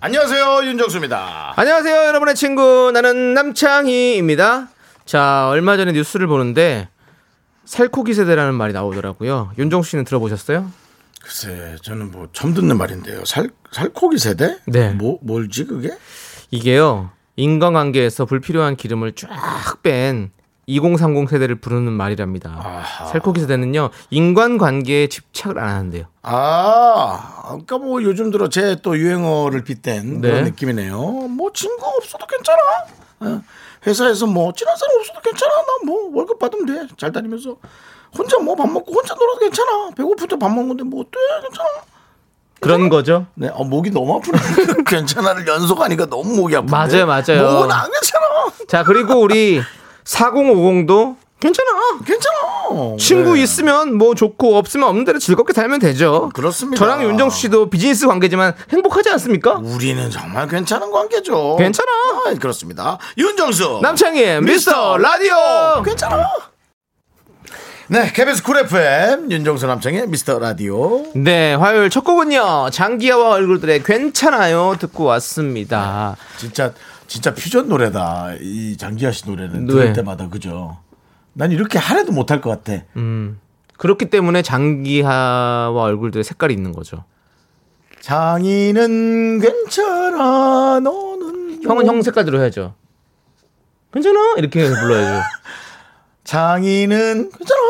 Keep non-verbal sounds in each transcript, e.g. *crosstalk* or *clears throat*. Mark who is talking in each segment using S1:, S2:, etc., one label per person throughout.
S1: 안녕하세요 윤정수입니다.
S2: 안녕하세요, 여러분의 친구. 나는 남창희입니다. 자, 얼마 전에 뉴스를 보는데 살코기 세대라는 말이 나오더라고요. 윤종 씨는 들어보셨어요?
S1: 글쎄 저는 뭐 처음 듣는 말인데요. 살 살코기 세대?
S2: 네.
S1: 뭐 뭘지 그게?
S2: 이게요, 인간관계에서 불필요한 기름을 쫙 뺀 2030 세대를 부르는 말이랍니다.
S1: 아하.
S2: 살코기 세대는요, 인간관계에 집착을 안 하는데요.
S1: 아, 아까 뭐 요즘 들어 제 또 유행어를 빗댄
S2: 네.
S1: 그런 느낌이네요. 뭐 친구 없어도 괜찮아. 어, 회사에서 뭐 친한 사람 없어도 괜찮아. 나 뭐 월급 받으면 돼. 잘 다니면서 혼자 뭐 밥 먹고 혼자 놀아도 괜찮아. 배고플 때 밥 먹는데 뭐 어때? 괜찮아.
S2: 그런 거죠?
S1: 네, 어, 목이 너무 아프네. *laughs* 괜찮아를 연속하니까 너무 목이 아픈데.
S2: 맞아요, 맞아요.
S1: 목은 안 괜찮아.
S2: 자, 그리고 우리 4050도 괜찮아.
S1: 괜찮아.
S2: 친구
S1: 네.
S2: 있으면 뭐 좋고 없으면 없는 대로 즐겁게 살면 되죠.
S1: 그렇습니다.
S2: 저랑 윤정수 씨도 비즈니스 관계지만 행복하지 않습니까?
S1: 우리는 정말 괜찮은 관계죠.
S2: 괜찮아.
S1: 아, 그렇습니다. 윤정수. 어,
S2: 남창희의 미스터 라디오.
S1: 괜찮아. 네, KBS 쿨 FM 윤정수 남창의 미스터 라디오.
S2: 네, 화요일 첫 곡은요. 장기하와 얼굴들의 괜찮아요 듣고 왔습니다.
S1: 진짜 진짜 퓨전 노래다. 이 장기하 씨 노래는 들을
S2: 네.
S1: 때마다 그죠. 난 이렇게 하나도 못할 것 같아.
S2: 그렇기 때문에 장기하와 얼굴들의 색깔이 있는 거죠.
S1: 장인은 괜찮아. 너는 뭐-
S2: 형은 형 색깔대로 해야죠. 괜찮아 이렇게 해서 불러야죠.
S1: 장인은 괜찮아.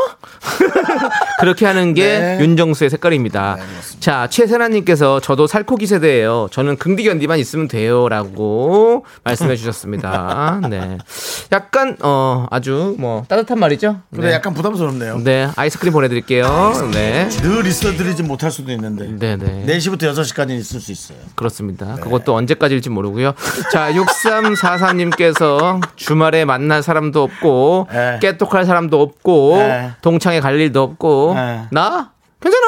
S2: 그렇게 하는 게
S1: 네.
S2: 윤정수의 색깔입니다. 자, 최세나님께서 저도 살코기 세대예요. 저는 긍디견디만 있으면 돼요라고 말씀해 주셨습니다. 네, 약간 어 아주 뭐 따뜻한 말이죠.
S1: 근데
S2: 네.
S1: 약간 부담스럽네요.
S2: 네, 아이스크림 보내드릴게요. 네.
S1: 늘 있어드리지 못할 수도 있는데.
S2: 음. 네네.
S1: 4시부터 6시까지는 있을 수 있어요. 네.
S2: 그렇습니다. 그것도 언제까지일지 모르고요. 자, 6343님께서 주말에 만날 사람도 없고,
S1: 네.
S2: 깨똑할 사람도 없고,
S1: 네.
S2: 동창회 갈 일도 없고,
S1: 네.
S2: 나? 괜찮아?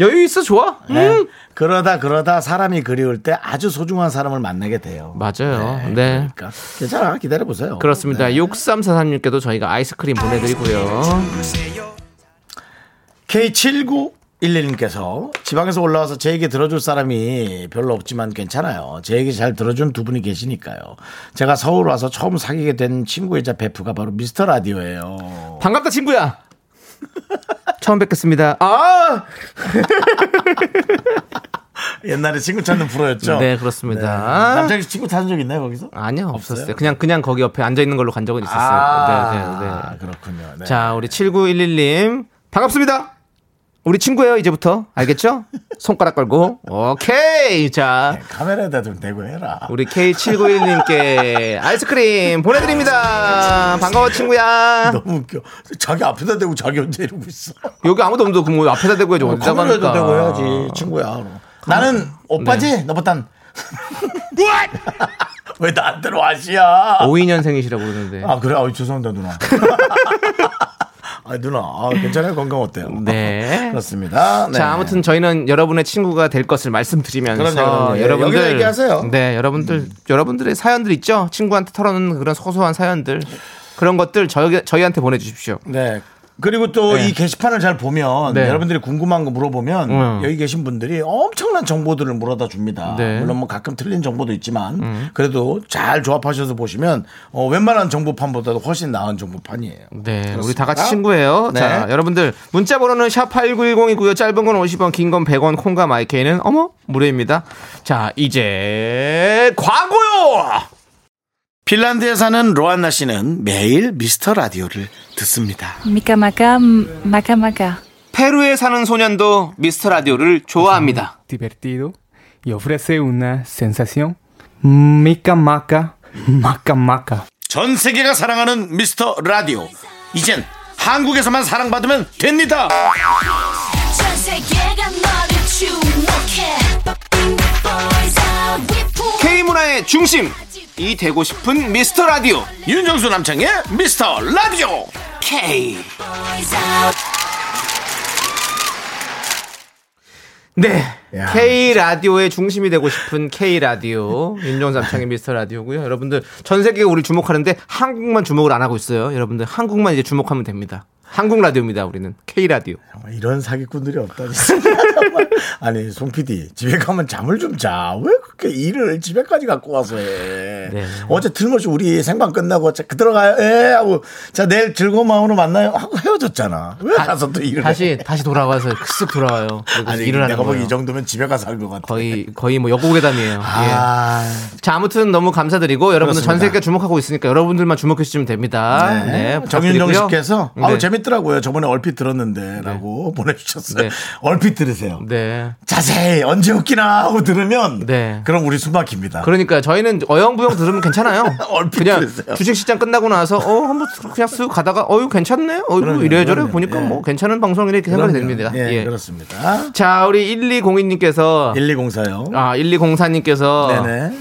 S2: 여유 있어? 좋아? 음.
S1: 네. 그러다 그러다 사람이 그리울 때 아주 소중한 사람을 만나게 돼요.
S2: 맞아요. 네.
S1: 그러니까 괜찮아 기다려 보세요. 네.
S2: 그렇습니다. 6343님께도 저희가 아이스크림 보내드리고요.
S1: K7911님께서 지방에서 올라와서 제 얘기 들어줄 사람이 별로 없지만 괜찮아요. 제 얘기 잘 들어준 두 분이 계시니까요. 제가 서울 와서 처음 사귀게 된 친구이자 베프가 바로 미스터 라디오예요.
S2: 반갑다, 친구야! *laughs* 처음 뵙겠습니다. 아!
S1: 옛날에 친구 찾는 프로였죠.
S2: 네,
S1: 네.
S2: 그렇습니다.
S1: 남자기 친구 찾은 적 있나요 거기서?
S2: 아니요 없었어요.
S1: 없어요?
S2: 그냥 그냥 거기 옆에 앉아 있는 걸로 간 적은 있었어요.
S1: 아,
S2: 네, 네, 네.
S1: 그렇군요. 네.
S2: 자 우리 7911님 반갑습니다. 우리 친구예요 이제부터 알겠죠? *laughs* 손가락 걸고 오케이 자
S1: 네. 카메라에다 좀 대고 해라.
S2: 우리 K7911님께 아이스크림 보내드립니다. 반가워 친구야.
S1: 너무 웃겨. 자기 앞에다 대고 자기 혼자 이러고 있어.
S2: 여기 아무도 없는데 그럼 뭐 앞에다 대고 해줘 어디다
S1: 카메라도
S2: 가니까. 그러니까. 음. 네.
S1: 대고 해야지 친구야. 그럼. 나는 오빠지 *laughs* 너보단. 왜 나한테로 아시야?
S2: 52년생이시라고 그러는데.
S1: 아 그래, 아 죄송합니다 누나. *laughs* 아 누나, 아, 괜찮아요 건강 어때요? 아,
S2: 네.
S1: 그렇습니다. 네.
S2: 자, 아무튼 저희는 여러분의 친구가 될 것을 말씀드리면서
S1: 그럼요, 그럼요. 예, 여기서
S2: 여러분들
S1: 얘기하세요.
S2: 네, 여러분들 여러분들의 사연들 있죠? 친구한테 털어놓는 그런 소소한 사연들 그런 것들 저희 저희한테 보내주십시오.
S1: 네. 그리고 또 이 게시판을 잘 보면
S2: 네.
S1: 여러분들이 궁금한 거 물어보면
S2: 음.
S1: 여기 계신 분들이 엄청난 정보들을 물어다 줍니다.
S2: 네. 음.
S1: 물론 뭐 가끔 틀린 정보도 있지만 그래도 잘 조합하셔서 보시면 어, 웬만한 정보판보다도 훨씬 나은 정보판이에요.
S2: 네, 우리
S1: 그렇습니다.
S2: 다 같이 친구예요.
S1: 네.
S2: 자, 여러분들 문자 번호는 샵 8910이고요. 짧은 건 50원, 긴 건 100원, 콩과 마이케이는 어머 무료입니다. 자, 이제 광고요.
S1: 핀란드에 사는 로안나 씨는 매일 미스터 라디오를 듣습니다.
S3: 미카마카 마카마카
S2: 페루에 사는 소년도 미스터 라디오를 좋아합니다.
S4: divertido y ofrece una sensación mica maca, maca maca.
S1: 전 세계가 사랑하는 미스터 라디오. 이젠 한국에서만 사랑받으면 됩니다.
S5: 전 세계가 너를 주목해 But we boys are we fool K 문화의 중심 이 되고 싶은 미스터 라디오
S1: 윤정수 남창의 미스터 라디오
S5: K
S2: 네. K 라디오의 중심이 되고 싶은 K 라디오 윤정삼창의 미스터 라디오고요. 여러분들 전 세계가 우리 주목하는데 한국만 주목을 안 하고 있어요. 여러분들 한국만 이제 주목하면 됩니다. 한국 라디오입니다. 우리는 K 라디오.
S1: 정말 이런 사기꾼들이 없다니. *laughs* 정말. 아니, 송 PD, 집에 가면 잠을 좀 자. 왜 그렇게 일을 집에까지 갖고 와서 해.
S2: 네.
S1: 어제 틀림없이 우리 생방 끝나고, 자, 그 들어가요. 예, 하고, 자, 내일 즐거운 마음으로 만나요. 하고 헤어졌잖아. 왜 가서 또 일을 해?
S2: 다시 다시 돌아와서 슥 돌아와요. 그리고
S1: 아니,
S2: 일을 하는
S1: 내가 보기
S2: 거예요.
S1: 이 정도면 집에 가서 할 것 같아.
S2: 거의 거의 뭐 역고괴담이에요. 예.
S1: 아,
S2: 자 아무튼 너무 감사드리고 여러분들 전
S1: 그렇습니다.
S2: 세계 가 주목하고 있으니까 여러분들만 주목해 주시면 됩니다. 네.
S1: 정윤정
S2: 부탁드리고요.
S1: 씨께서
S2: 네.
S1: 아우 재밌더라고요. 저번에 얼핏 들었는데라고 보내주셨어요.
S2: 네.
S1: 얼핏 들으세요.
S2: 네.
S1: 자세히 언제 웃기나 하고 들으면
S2: 네.
S1: 그럼 우리 숨막힙니다.
S2: 그러니까 저희는 어영부영 들으면 괜찮아요.
S1: *laughs* 얼핏
S2: 그냥
S1: 그랬어요.
S2: 주식시장 끝나고 나서 어 한번 그냥 쓱 가다가 어유 괜찮네. 어유
S1: 그럼요,
S2: 이래저래
S1: 그럼요.
S2: 보니까
S1: 예.
S2: 뭐 괜찮은 방송이네 이렇게 생각이
S1: 그럼요.
S2: 됩니다.
S1: 예,
S2: 예.
S1: 그렇습니다.
S2: 자 우리 1202님께서
S1: 1204요.
S2: 아 1204님께서
S1: 네네.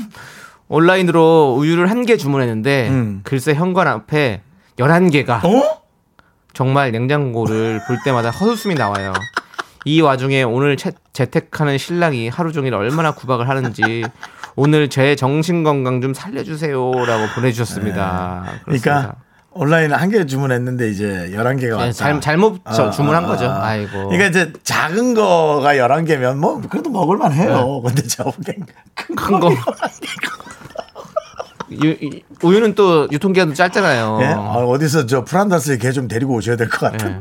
S2: 온라인으로 우유를 한 개 주문했는데
S1: 음.
S2: 글쎄 현관 앞에 11개가
S1: 어?
S2: 정말 냉장고를 볼 때마다 헛웃음이 나와요. 이 와중에 오늘 채, 재택하는 신랑이 하루 종일 얼마나 구박을 하는지 오늘 제 정신 건강 좀 살려주세요라고
S1: 그러니까
S2: 보내주셨습니다.
S1: 아,
S2: 그렇습니다.
S1: 온라인 한 개 주문했는데 이제 11개가 왔다.
S2: 네, 잘, 잘못 저- 주문한 거죠. 아이고.
S1: 그러니까 이제 작은 거가 11개면 뭐 그래도 먹을 만 해요.
S2: 예.
S1: 근데 저큰거
S2: 큰 거. 유- 이- 우유는 또 유통기한도 짧잖아요.
S1: 예? 아, 어디서 저 프란다스의 개 좀 데리고 오셔야 될 것
S2: 예.
S1: 같은데.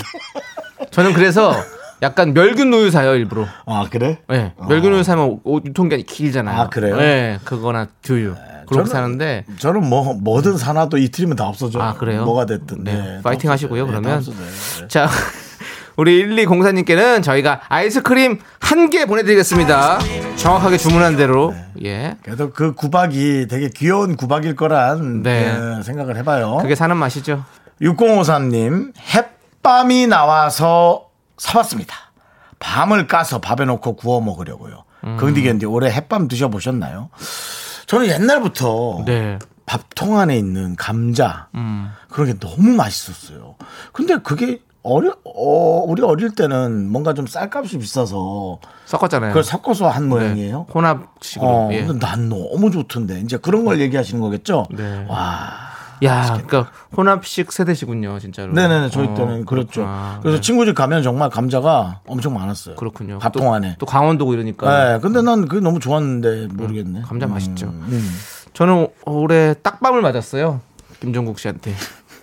S2: 네. 저는 그래서 약간 멸균 우유 사요 일부러.
S1: 아, 그래?
S2: 예, 멸균 우유 사면 오- 유통기한이 길잖아요.
S1: 아, 그래요? 네,
S2: 예, 그거나 두유 그렇게
S1: 저는-
S2: 사는데
S1: 저는 뭐 뭐든 사놔도 이틀이면 다 없어져.
S2: 예. 아, 그래요?
S1: 뭐가 됐든.
S2: 네,
S1: 네, 다
S2: 파이팅
S1: 없어져요.
S2: 하시고요,
S1: 네, 다
S2: 그러면.
S1: 없어져요. 네.
S2: 자, *laughs* 우리 1204님께는 저희가 아이스크림 한 개 보내드리겠습니다. 정확하게 주문한 대로. 예.
S1: 그래도 그 구박이 되게 귀여운 구박일 거란
S2: 네.
S1: 예, 생각을 해봐요.
S2: 그게 사는 맛이죠.
S1: 어. 6053님 햇밤이 나와서 사왔습니다. 밤을 까서 밥에 넣고 구워 먹으려고요.
S2: 음.
S1: 긍디견디 올해 햇밤 드셔보셨나요? 저는 옛날부터
S2: 네. 음.
S1: 밥통 안에 있는 감자 그런 게 너무 맛있었어요. 근데 그게 어려 어, 우리 어릴 때는 뭔가 좀 쌀값이 비싸서
S2: 섞었잖아요.
S1: 그걸 섞어서 한
S2: 네.
S1: 모양이에요.
S2: 혼합식으로.
S1: 어,
S2: 예.
S1: 근데 난 너무 좋던데 이제 그런 걸 얘기하시는 거겠죠?
S2: 네.
S1: 와,
S2: 야, 그러니까 혼합식 세대시군요, 진짜로.
S1: 네네네 저희
S2: 어,
S1: 때는 그렇죠.
S2: 그렇구나. 네.
S1: 그래서 친구 집 가면 정말 감자가 엄청 많았어요.
S2: 그렇군요.
S1: 밥통 안에.
S2: 또, 또 강원도고 이러니까.
S1: 네, 근데 난 그게 너무 좋았는데 모르겠네.
S2: 감자
S1: 음,
S2: 맛있죠.
S1: 음.
S2: 저는 올해 딱밤을 맞았어요. 김종국 씨한테.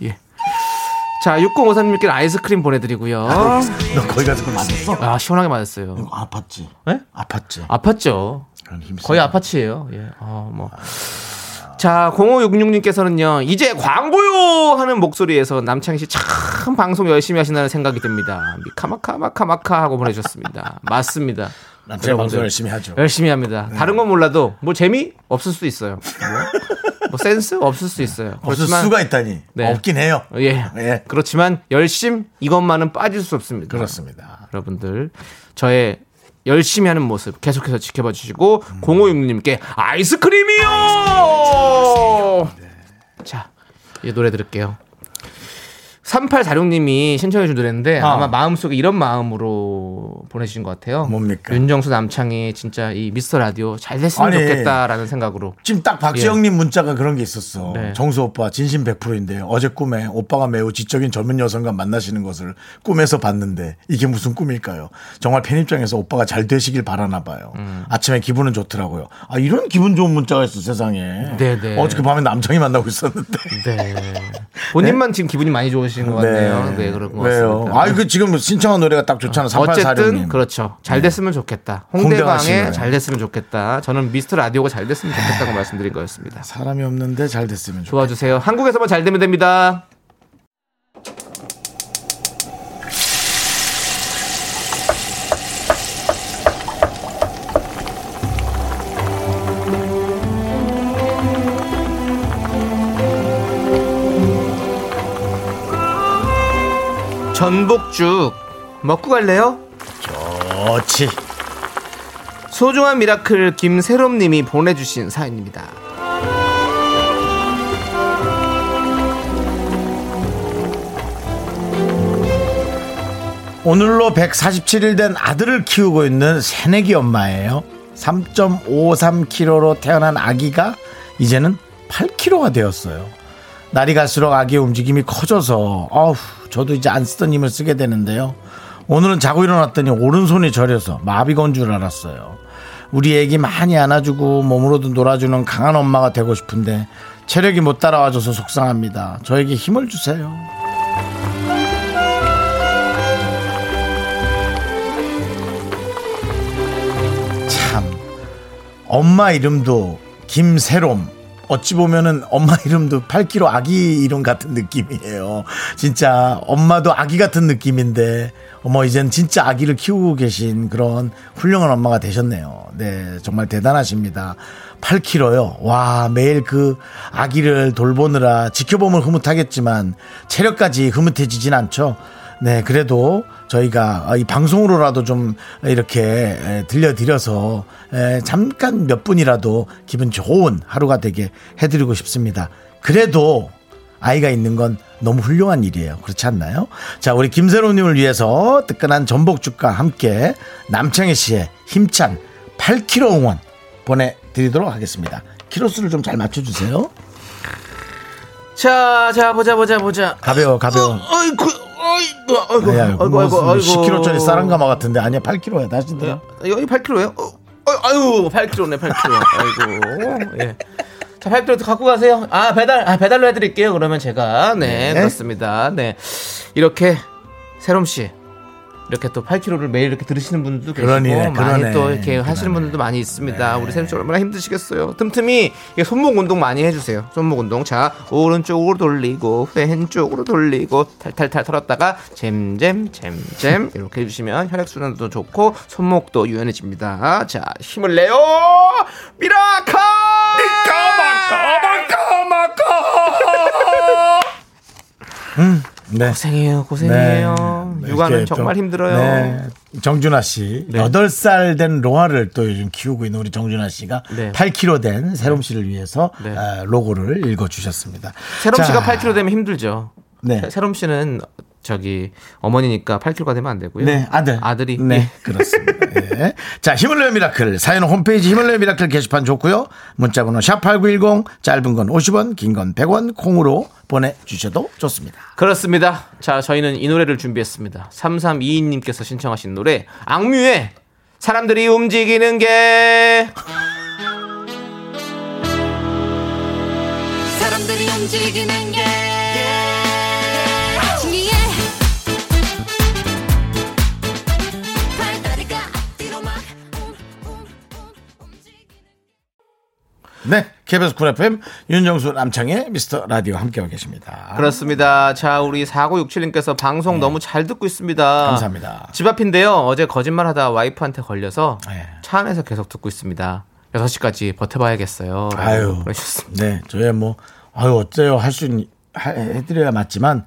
S2: 예. 자, 6053님께 아이스크림 보내드리고요.
S1: 너 거기 가서 그걸 맞았어?
S2: 아, 시원하게 맞았어요.
S1: 아팠지.
S2: 네?
S1: 아팠지.
S2: 아팠죠.
S1: 그런 힘이
S2: 거의
S1: 세다.
S2: 아파치예요. 예. 어, 뭐. 자, 0566님께서는요, 이제 광고요! 하는 목소리에서 남창희 씨 참 방송 열심히 하신다는 생각이 듭니다. 미카마카마카마카
S1: *laughs*
S2: 하고 보내주셨습니다. 맞습니다.
S1: 남편이 방송
S2: 여러분들
S1: 열심히 하죠.
S2: 열심히 합니다. 다른 건 몰라도 뭐 재미? 없을 수도 있어요. 뭐, 뭐 센스? 없을 수 있어요.
S1: 없을
S2: 그렇지만-
S1: 수가 있다니.
S2: 네.
S1: 없긴 해요.
S2: 예.
S1: 예.
S2: 그렇지만 열심 이것만은 빠질 수 없습니다.
S1: 그렇습니다.
S2: 여러분들 저의 열심히 하는 모습 계속해서 지켜봐 주시고
S1: 음.
S2: 0566님께 아이스크림이요.
S1: 네.
S2: 자, 이 노래 들을게요. 3846님이 신청해 준 노래인데
S1: 아.
S2: 아마 마음속에 이런 마음으로 보내주신 것 같아요.
S1: 뭡니까?
S2: 윤정수 남창이 진짜 이 미스터 라디오 잘 됐으면
S1: 아니.
S2: 좋겠다라는 생각으로.
S1: 지금 딱 박지영님 문자가 그런 게 있었어.
S2: 예. 네.
S1: 정수 오빠 진심 100%인데 어제 꿈에 오빠가 매우 지적인 젊은 여성과 만나시는 것을 꿈에서 봤는데 이게 무슨 꿈일까요? 정말 팬 입장에서 오빠가 잘 되시길 바라나 봐요.
S2: 음.
S1: 아침에 기분은 좋더라고요. 아 이런 기분 좋은 문자가 있어 세상에.
S2: 네, 네.
S1: 어저께 밤에 남창이 만나고
S2: *laughs*
S1: 있었는데.
S2: 네. 본인만 지금 기분이 많이 좋으신 것 같네요. 네, 그런 것
S1: 왜요?
S2: 같습니다. 음.
S1: 아, 그 지금 신청한 노래가 딱 좋잖아. 3846님. 네.
S2: 어쨌든 그렇죠. 잘 됐으면 좋겠다.
S1: 홍대 가신
S2: 홍대방에
S1: 거예요.
S2: 잘 됐으면 좋겠다. 저는 미스터 라디오가 잘 됐으면
S1: 네.
S2: 좋겠다고 말씀드린 거였습니다.
S1: 사람이 없는데 잘 됐으면 좋.
S2: 도와주세요. 한국에서만 잘 되면 됩니다. 전복죽 먹고 갈래요?
S1: 좋지.
S2: 소중한 미라클 김세롬님이 보내주신 사연입니다.
S1: 오늘로 147일 된 아들을 키우고 있는 새내기 엄마예요. 3.53kg로 태어난 아기가 이제는 8kg가 되었어요. 날이 갈수록 아기의 움직임이 커져서 어우 저도 이제 안 쓰던 힘을 쓰게 되는데요. 오늘은 자고 일어났더니 오른손이 저려서 마비가 온 줄 알았어요. 우리 애기 많이 안아주고 몸으로도 놀아주는 강한 엄마가 되고 싶은데 체력이 못 따라와줘서 속상합니다. 저에게 힘을 주세요. 참 엄마 이름도 김새롬 어찌 보면은 엄마 이름도 8kg 아기 이름 같은 느낌이에요. 진짜 엄마도 아기 같은 느낌인데 어머 이젠 진짜 아기를 키우고 계신 그런 훌륭한 엄마가 되셨네요. 네 정말 대단하십니다. 8kg요. 와 매일 그 아기를 돌보느라 지켜보면 흐뭇하겠지만 체력까지 흐뭇해지진 않죠. 네, 그래도 저희가 아, 이 방송으로라도 좀 이렇게 에, 들려드려서 에, 잠깐 몇 분이라도 기분 좋은 하루가 되게 해드리고 싶습니다. 그래도 아이가 있는 건 너무 훌륭한 일이에요. 그렇지 않나요? 자, 우리 김세로님을 위해서 뜨끈한 전복죽과 함께 남창희 씨의 힘찬 8kg 응원 보내드리도록 하겠습니다. 키로수를 좀 잘 맞춰주세요.
S2: 자, 자, 보자, 보자, 보자.
S1: 가벼워, 가벼워.
S2: 아이고, 아이고, 어, 아이고,
S1: 어, 야,
S2: 아이고, 아이고, 네. 아이고.
S1: 10kg짜리 쌀한가마 같은데 아니야 8kg야 다시 들어.
S2: 여기 8kg예요? 어, 어, 아유, 8kg네, 8kg. 아이고. 예. 자, 8kg 갖고 가세요. 아, 배달, 아, 배달로 해드릴게요. 그러면 제가. 네,
S1: 네.
S2: 그렇습니다. 네. 이렇게, 세롬 씨. 이렇게 또 8kg를 매일 이렇게 들으시는 분들도 계시고
S1: 그러네,
S2: 많이
S1: 그러네, 네.
S2: 또 이렇게 하시는
S1: 그러네.
S2: 분들도 많이 있습니다. 우리 세롬 씨 얼마나 힘드시겠어요. 틈틈이 이게 손목 운동 많이 해주세요. 손목 운동 자 오른쪽으로 돌리고 왼쪽으로 돌리고 탈탈탈 털었다가 잼잼 잼잼 이렇게 해주시면 혈액 순환도 좋고 손목도 유연해집니다. 자 힘을 내요 미라카
S1: 네.
S2: 고생해요 고생해요
S1: 네.
S2: 육아는
S1: 이렇게
S2: 정말
S1: 또,
S2: 힘들어요.
S1: 네. 정준하 씨
S2: 네.
S1: 여덟 살 된 로아를 또 요즘 키우고 있는 우리 정준하 씨가
S2: 네.
S1: 8kg 된 세롬 씨를 위해서
S2: 네.
S1: 아, 로고를 읽어 주셨습니다.
S2: 세롬 씨가 8kg 되면 힘들죠.
S1: 네.
S2: 세- 세롬 씨는 저기 어머니니까 8kg가 되면 안 되고요.
S1: 네, 아들.
S2: 아들이
S1: 네,
S2: 예.
S1: 그렇습니다. 예. 자, 힘을 내요 미라클. 사연은 홈페이지 힘을 내요 미라클 게시판 좋고요. 문자 번호 샵8910 짧은 건 50원, 긴 건 100원 콩으로 보내 주셔도 좋습니다.
S2: 그렇습니다. 자, 저희는 이 노래를 준비했습니다. 3322님께서 신청하신 노래 악뮤의 사람들이 움직이는 게
S6: 그 사람들이 움직이는 게 신기해 발다리가 앞뒤로 막 움직이는
S1: 네, KBS 쿨 FM 윤정수 남창의 미스터 라디오 함께하고 계십니다.
S2: 그렇습니다. 자, 우리 4967님께서 방송 너무 잘 듣고 있습니다.
S1: 네. 감사합니다.
S2: 집 앞인데요. 어제 거짓말하다 와이프한테 걸려서
S1: 네.
S2: 차 안에서 계속 듣고 있습니다. 6시까지 버텨봐야겠어요. 라고
S1: 아유,
S2: 그러셨습니다.
S1: 네, 저야 뭐 아유 어때요 할 수 해드려야 맞지만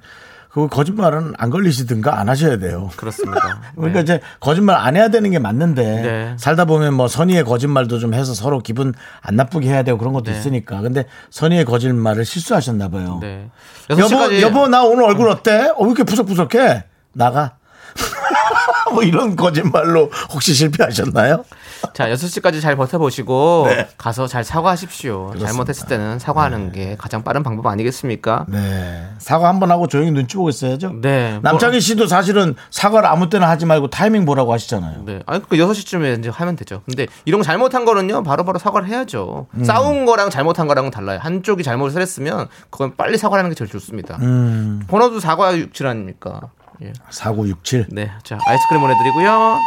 S1: 그 거짓말은 안 걸리시든가 안 하셔야 돼요.
S2: 그렇습니다.
S1: *laughs* 그러니까
S2: 네.
S1: 이제 거짓말 안 해야 되는 게 맞는데
S2: 네.
S1: 살다 보면 뭐 선의의 거짓말도 좀 해서 서로 기분 안 나쁘게 해야 되고 그런 것도 있으니까 근데 선의의 거짓말을 실수하셨나 봐요.
S2: 네.
S1: 여보
S2: 6시까지
S1: 여보 나 오늘 얼굴 어때? 어, 왜 이렇게 푸석푸석해? 나가. *laughs* 뭐 이런 거짓말로 혹시 실패하셨나요?
S2: 자, 6시까지 잘 버텨보시고
S1: 네.
S2: 가서 잘 사과하십시오. 잘못했을 때는 사과하는 게 가장 빠른 방법 아니겠습니까?
S1: 네. 사과 한 번 하고 조용히 눈치 보고 있어야죠.
S2: 네, 뭐-
S1: 남창희 씨도 사실은 사과를 아무 때나 하지 말고 타이밍 보라고 하시잖아요.
S2: 네. 아니, 그 6시쯤에 이제 하면 되죠. 근데 이런 거 잘못한 거는요, 바로바로 사과를 해야죠.
S1: 음.
S2: 싸운 거랑 잘못한 거랑은 달라요. 한쪽이 잘못을 했으면 그건 빨리 사과하는 게 제일 좋습니다.
S1: 음.
S2: 번호도 사과 육질 아닙니까? 예.
S1: 4967.
S2: 네. 자, 아이스크림 보내드리고요.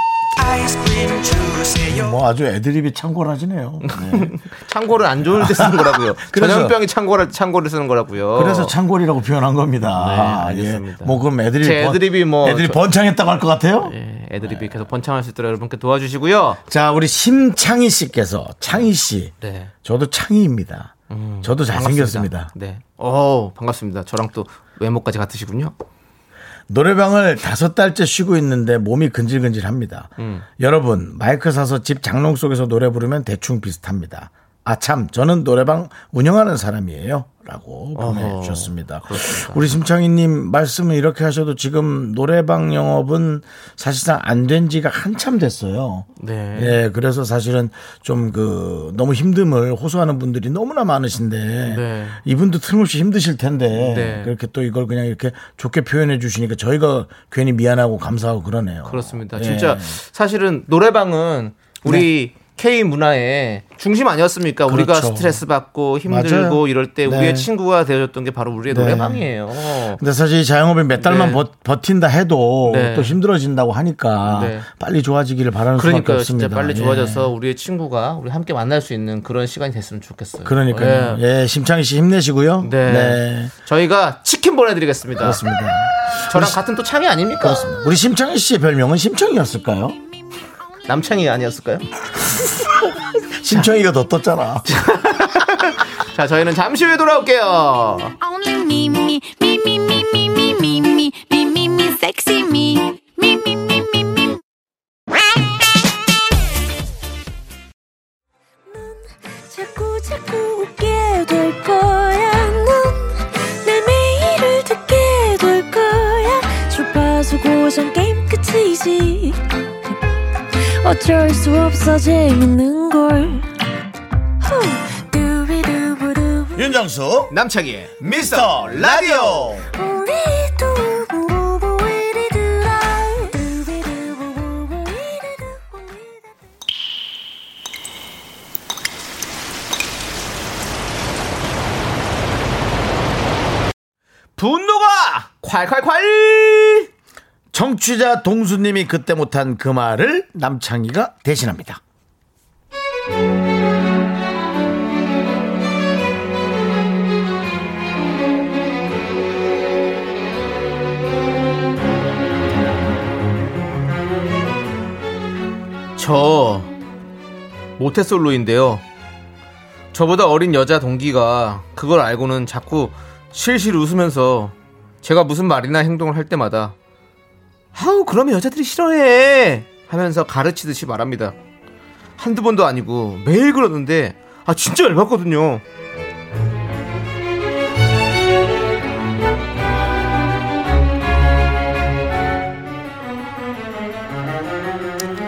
S2: 네.
S1: 뭐 아주 애드립이 창궐하시네요. 네.
S2: 창고를 안 좋을 때 쓰는 거라고요.
S1: *laughs* 그래서-
S2: 전염병이 창고를, 창고를 쓰는 거라고요.
S1: 그래서 창궐이라고 표현한 겁니다.
S2: 어. 네, 알겠습니다.
S1: 뭐 그럼 애드립
S2: 제 애드립이 뭐
S1: 애드립
S2: 저-
S1: 번창했다고 할 것 같아요?
S2: 예,
S1: 네.
S2: 애드립이 계속 번창할 수 있도록 여러분께 도와주시고요.
S1: 자, 우리 심창희 씨께서 창희 씨.
S2: 네. 음,
S1: 저도 창희입니다. 저도 잘생겼습니다.
S2: 네. 어 반갑습니다. 저랑 또 외모까지 같으시군요.
S1: 노래방을 다섯 달째 쉬고 있는데 몸이 근질근질합니다. 여러분 마이크 사서 집 장롱 속에서 노래 부르면 대충 비슷합니다. 아 참 저는 노래방 운영하는 사람이에요라고 보내주셨습니다. 우리 심창희님 말씀을 이렇게 하셔도 지금 노래방 영업은 사실상 안 된 지가 한참 됐어요.
S2: 네.
S1: 예, 그래서 사실은 좀 그 너무 힘듦을 호소하는 분들이 너무나 많으신데
S2: 네.
S1: 이분도 틀림없이 힘드실 텐데
S2: 네.
S1: 그렇게 또 이걸 그냥 이렇게 좋게 표현해 주시니까 저희가 괜히 미안하고 감사하고 그러네요.
S2: 그렇습니다.
S1: 예.
S2: 진짜 사실은 노래방은 우리 K 문화의 중심 아니었습니까? 우리가
S1: 네. 그렇죠.
S2: 스트레스 받고 힘들고
S1: 맞아요.
S2: 이럴 때
S1: 네.
S2: 우리의 친구가 되어줬던 게 바로 우리의 노래방이에요.
S1: 근데 사실 이 자영업이 몇 달만
S2: 네.
S1: 버, 틴다 해도
S2: 네.
S1: 또 힘들어진다고 하니까
S2: 네.
S1: 빨리 좋아지기를 바라는 수밖에
S2: 그러니까
S1: 없습니다.
S2: 진짜 빨리
S1: 예.
S2: 좋아져서 우리의 친구가 우리 함께 만날 수 있는 그런 시간이 됐으면 좋겠어요.
S1: 그러니까요.
S2: 예.
S1: 예, 심창희 씨 힘내시고요.
S2: 네. 저희가 치킨 보내드리겠습니다.
S1: 그렇습니다.
S2: 저랑 같은 또 창이 아닙니까?
S1: 그렇습니다. 우리 심창희 씨의 별명은 심청이었을까요?
S2: 남창이 아니었을까요?
S1: 심청이가 더 떴잖아.
S2: 자, 저희는 잠시 후에 돌아올게요.
S6: Only me, me, me, me, me, me, me, me, me, me, me, me, sexy me. Me, me, me, me, me. 자꾸, 자꾸 웃게 될 거야. 넌내 매일을 듣게 될 거야. 주파수 고정 게임 끝이지. 어쩔 수 없어, 재밌는 걸. 후. 두비두부두.
S1: *laughs* 윤정수
S2: 남창이
S1: 미스터 라디오.
S2: 분노가 콸콸콸!
S1: 청취자 동수님이 그때 못한 그 말을 남창희가 대신합니다.
S2: 저 모태솔로인데요. 저보다 어린 여자 동기가 그걸 알고는 자꾸 실실 웃으면서 제가 무슨 말이나 행동을 할 때마다 아우 그러면 여자들이 싫어해 하면서 가르치듯이 말합니다. 한두 번도 아니고 매일 그러는데 아 진짜 열받거든요.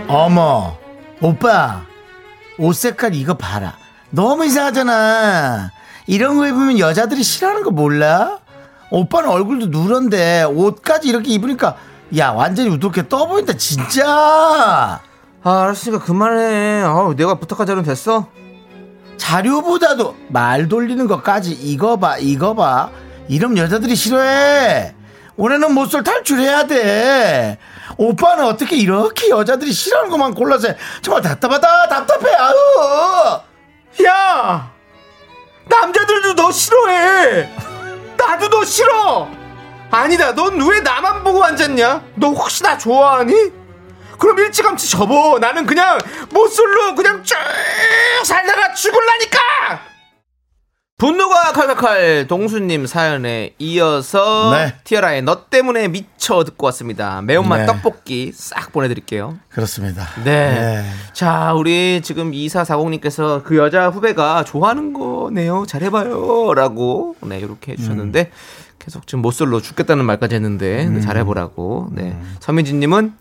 S1: 어머, 오빠, 옷 색깔 이거 봐라. 너무 이상하잖아. 이런 거 입으면 여자들이 싫어하는 거 몰라? 오빠는 얼굴도 누런데 옷까지 이렇게 입으니까 야 완전히 우두렇게 떠 보인다 진짜.
S2: 아 알았으니까 그만해. 아우 내가 부탁한 대로 됐어.
S1: 자료보다도 말 돌리는 것까지 이거 봐 이거 봐 이름 여자들이 싫어해 올해는 못쏠 탈출해야 돼 오빠는 어떻게 이렇게 여자들이 싫어하는 것만 골라서 해? 정말 답답하다 답답해 아우
S2: 야! 남자들도 너 싫어해! 나도 너 싫어! 아니다, 넌 왜 나만 보고 앉았냐? 너 혹시 나 좋아하니? 그럼 일찌감치 접어! 나는 그냥 모쏠로 그냥 쭉 살다가 죽을라니까! 분노가 칼칼칼 동수님 사연에 이어서
S1: 네.
S2: 티아라의 너 때문에 미쳐 듣고 왔습니다. 매운맛
S1: 네.
S2: 떡볶이 싹 보내드릴게요.
S1: 그렇습니다
S2: 네. 자, 우리 지금 2440님께서 그 여자 후배가 좋아하는 거네요. 잘해봐요. 라고, 네, 이렇게 해주셨는데,
S1: 음.
S2: 계속 지금 못쏠로 죽겠다는 말까지 했는데, 네, 잘해보라고. 네.
S1: 음.
S2: 서민진님은,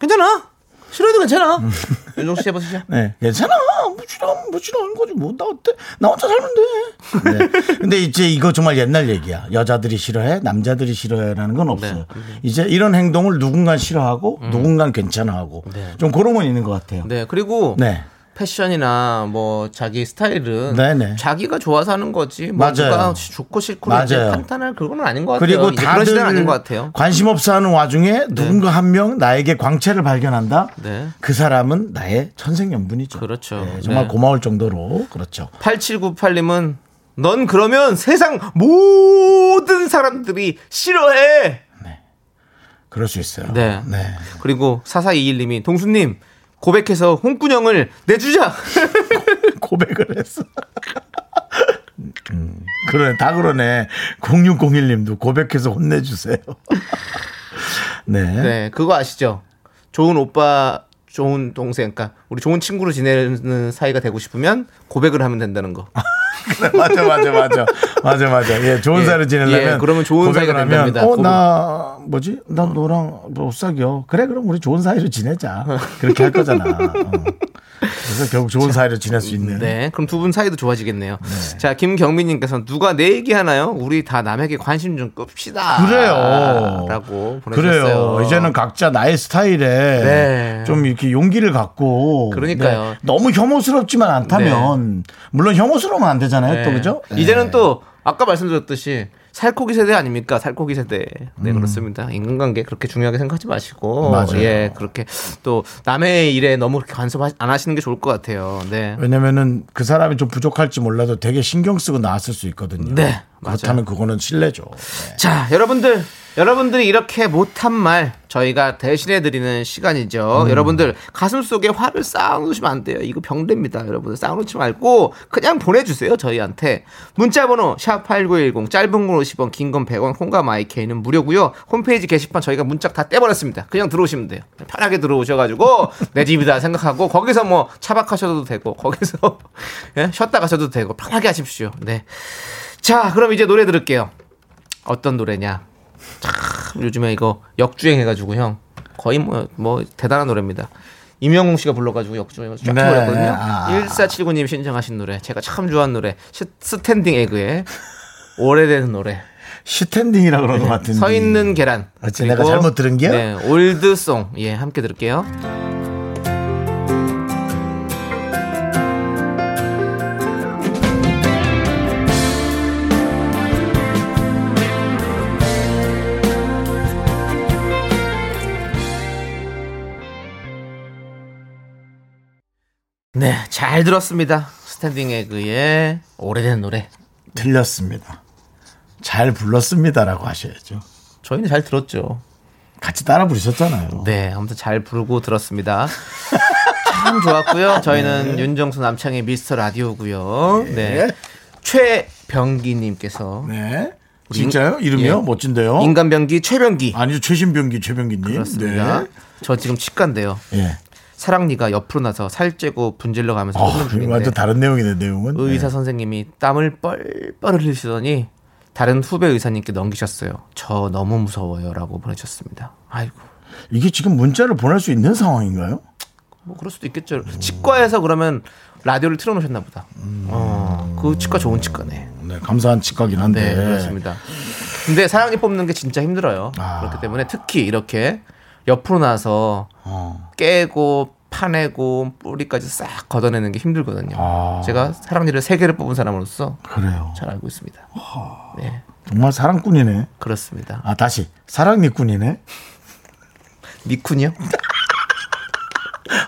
S2: 괜찮아. 싫어해도 괜찮아.
S1: 음.
S2: 윤종
S1: *laughs*
S2: 씨 해보시죠.
S1: 네, 괜찮아. 뭐 싫어하면 뭐 싫어하는 거지. 뭐, 나 어때? 나 혼자 살면 돼. 네. *laughs* 근데 이제 이거 정말 옛날 얘기야. 여자들이 싫어해, 남자들이 싫어해라는
S2: 네.
S1: 건 없어요. 이제 이런 행동을 누군간 싫어하고, 누군간 괜찮아하고. 좀 그런 건 있는 것 같아요. 네.
S2: 음. 네, 그리고,
S1: 네.
S2: 패션이나 뭐 자기 스타일은
S1: 네네.
S2: 자기가 좋아서 하는 거지 뭐
S1: 맞아요.
S2: 누가 좋고 싫고
S1: 맞아요.
S2: 판단할 그건 아닌 것 같아요.
S1: 그리고
S2: 이제 그런
S1: 다들
S2: 시대는 아닌 것 같아요.
S1: 관심 없어 하는 와중에 누군가 한 명 나에게 광채를 발견한다?
S2: 네.
S1: 그 사람은 나의 천생연분이죠.
S2: 그렇죠.
S1: 네, 정말
S2: 네.
S1: 고마울 정도로. 그렇죠.
S2: 8798님은 넌 그러면 세상 모든 사람들이 싫어해.
S1: 그럴 수 있어요.
S2: 네.
S1: 네.
S2: 그리고 4421님이 동수님 고백해서 홍군형을 내주자. *laughs*
S1: 고백을 했어. 음, 그러네, 다 그러네. 0601님도 고백해서 혼내주세요. 네.
S2: 네, 그거 아시죠? 좋은 오빠, 좋은 동생, 그러니까 우리 좋은 친구로 지내는 사이가 되고 싶으면 고백을 하면 된다는 거.
S1: *laughs* 아, 맞아 맞아 맞아 맞아 맞아 예 좋은
S2: 예,
S1: 사이를 지내려면
S2: 예, 그러면 좋은
S1: 고백을
S2: 사이가
S1: 하면,
S2: 된답니다.
S1: 어, 나 뭐지? 난 너랑 못 사겨. 그래 그럼 우리 좋은 사이로 지내자. 그렇게 할 거잖아. 어. 그래서 결국
S2: *laughs*
S1: 좋은 사이로 지낼 수 있는.
S2: 네, 그럼 두 분 사이도 좋아지겠네요. 자, 김경민님께서 누가 내 얘기 하나요? 우리 다 남에게 관심 좀 끕시다.
S1: 그래요.
S2: 라고 보내주셨어요.
S1: 그래요. 이제는 각자 나의 스타일에
S2: 네.
S1: 좀 이렇게 용기를 갖고
S2: 그러니까요. 네.
S1: 네. 너무 혐오스럽지만 않다면 물론 혐오스러우면 안 되잖아요. 또 그죠? 네.
S2: 이제는 또 아까 말씀드렸듯이 살코기 세대 아닙니까? 살코기 세대. 네, 그렇습니다. 인간관계 그렇게 중요하게 생각하지 마시고.
S1: 음. 맞아요.
S2: 예, 그렇게 또 남의 일에 너무 그렇게 간섭 안 하시는 게 좋을 것 같아요. 네.
S1: 왜냐면은 그 사람이 좀 부족할지 몰라도 되게 신경 쓰고 나왔을 수 있거든요.
S2: 네,
S1: 그렇다면 그거는 신뢰죠. 네.
S2: 자, 여러분들, 여러분들이 이렇게 못한 말 저희가 대신해드리는 시간이죠. 여러분들 가슴 속에 화를 쌓아놓으시면 안 돼요. 이거 병됩니다. 여러분들 쌓아놓지 말고 그냥 보내주세요. 저희한테. 문자번호 샵8910 짧은 건 50원, 긴 건 100원, 콩과 마이케이는 무료고요 홈페이지 게시판 저희가 문짝 다 떼버렸습니다. 그냥 들어오시면 돼요. 편하게 들어오셔가지고 내 집이다 생각하고 거기서 뭐 차박하셔도 되고 거기서 *laughs* 예? 쉬었다 가셔도 되고 편하게 하십시오. 네. 자, 그럼 이제 노래 들을게요. 어떤 노래냐? 참 요즘에 이거 역주행해가지고 형 거의 뭐, 뭐 대단한 노래입니다. 임영웅 씨가 불러가지고 역주행을 쫙
S1: 네.
S2: 돌렸거든요.
S1: 아.
S2: 1479님 신청하신 노래 제가 참 좋아하는 노래 시- 스탠딩 에그의 오래된 노래
S1: 시탠딩이라 그러는 것 같은데.
S2: 서 있는 계란
S1: 어째 아, 내가 잘못 들은 게요?
S2: 네, 올드송 예 함께 들을게요. 네, 잘 들었습니다. 스탠딩 에그의 오래된 노래.
S1: 틀렸습니다. 잘 불렀습니다라고 하셔야죠.
S2: 저희는 잘 들었죠.
S1: 같이 따라 부르셨잖아요.
S2: 네, 아무튼 잘 부르고 들었습니다. 참 좋았고요.
S1: 네.
S2: 저희는 윤정수 남창의 미스터 라디오고요.
S1: 예.
S2: 네. 최병기님께서
S1: 네. 진짜요? 이름이요?
S2: 예.
S1: 멋진데요?
S2: 인간병기 최병기
S1: 어? 아니죠. 최신병기, 최병기님.
S2: 그렇습니다.
S1: 네.
S2: 저 지금 치과인데요.
S1: 예.
S2: 사랑니가 옆으로 나서 살째고 분질러 가면서
S1: 어,
S2: 뽑는 중인데
S1: 완전 다른 내용이네, 내용은.
S2: 의사 선생님이 땀을 뻘뻘 흘리시더니 다른 후배 의사님께 넘기셨어요. 저 너무 무서워요라고 보내셨습니다. 아이고.
S1: 네. 이게 지금 문자를 보낼 수 있는 상황인가요?
S2: 뭐 그럴 수도 있겠죠. 치과에서 그러면 라디오를 틀어놓으셨나 보다. 어, 그 치과 좋은 치과네.
S1: 네, 감사한 직각이긴 한데.
S2: 네, 그렇습니다. 근데 사랑니 뽑는 게 진짜 힘들어요.
S1: 아.
S2: 그렇기 때문에 특히 이렇게 옆으로 나서
S1: 어.
S2: 깨고 파내고 뿌리까지 싹 걷어내는 게 힘들거든요.
S1: 아.
S2: 제가 사랑니를 세 개를 뽑은 사람으로서
S1: 그래요.
S2: 잘 알고 있습니다. 네,
S1: 정말 사랑꾼이네.
S2: 그렇습니다.
S1: 아, 다시. 사랑니꾼이네. *laughs*
S2: 니쿤이요?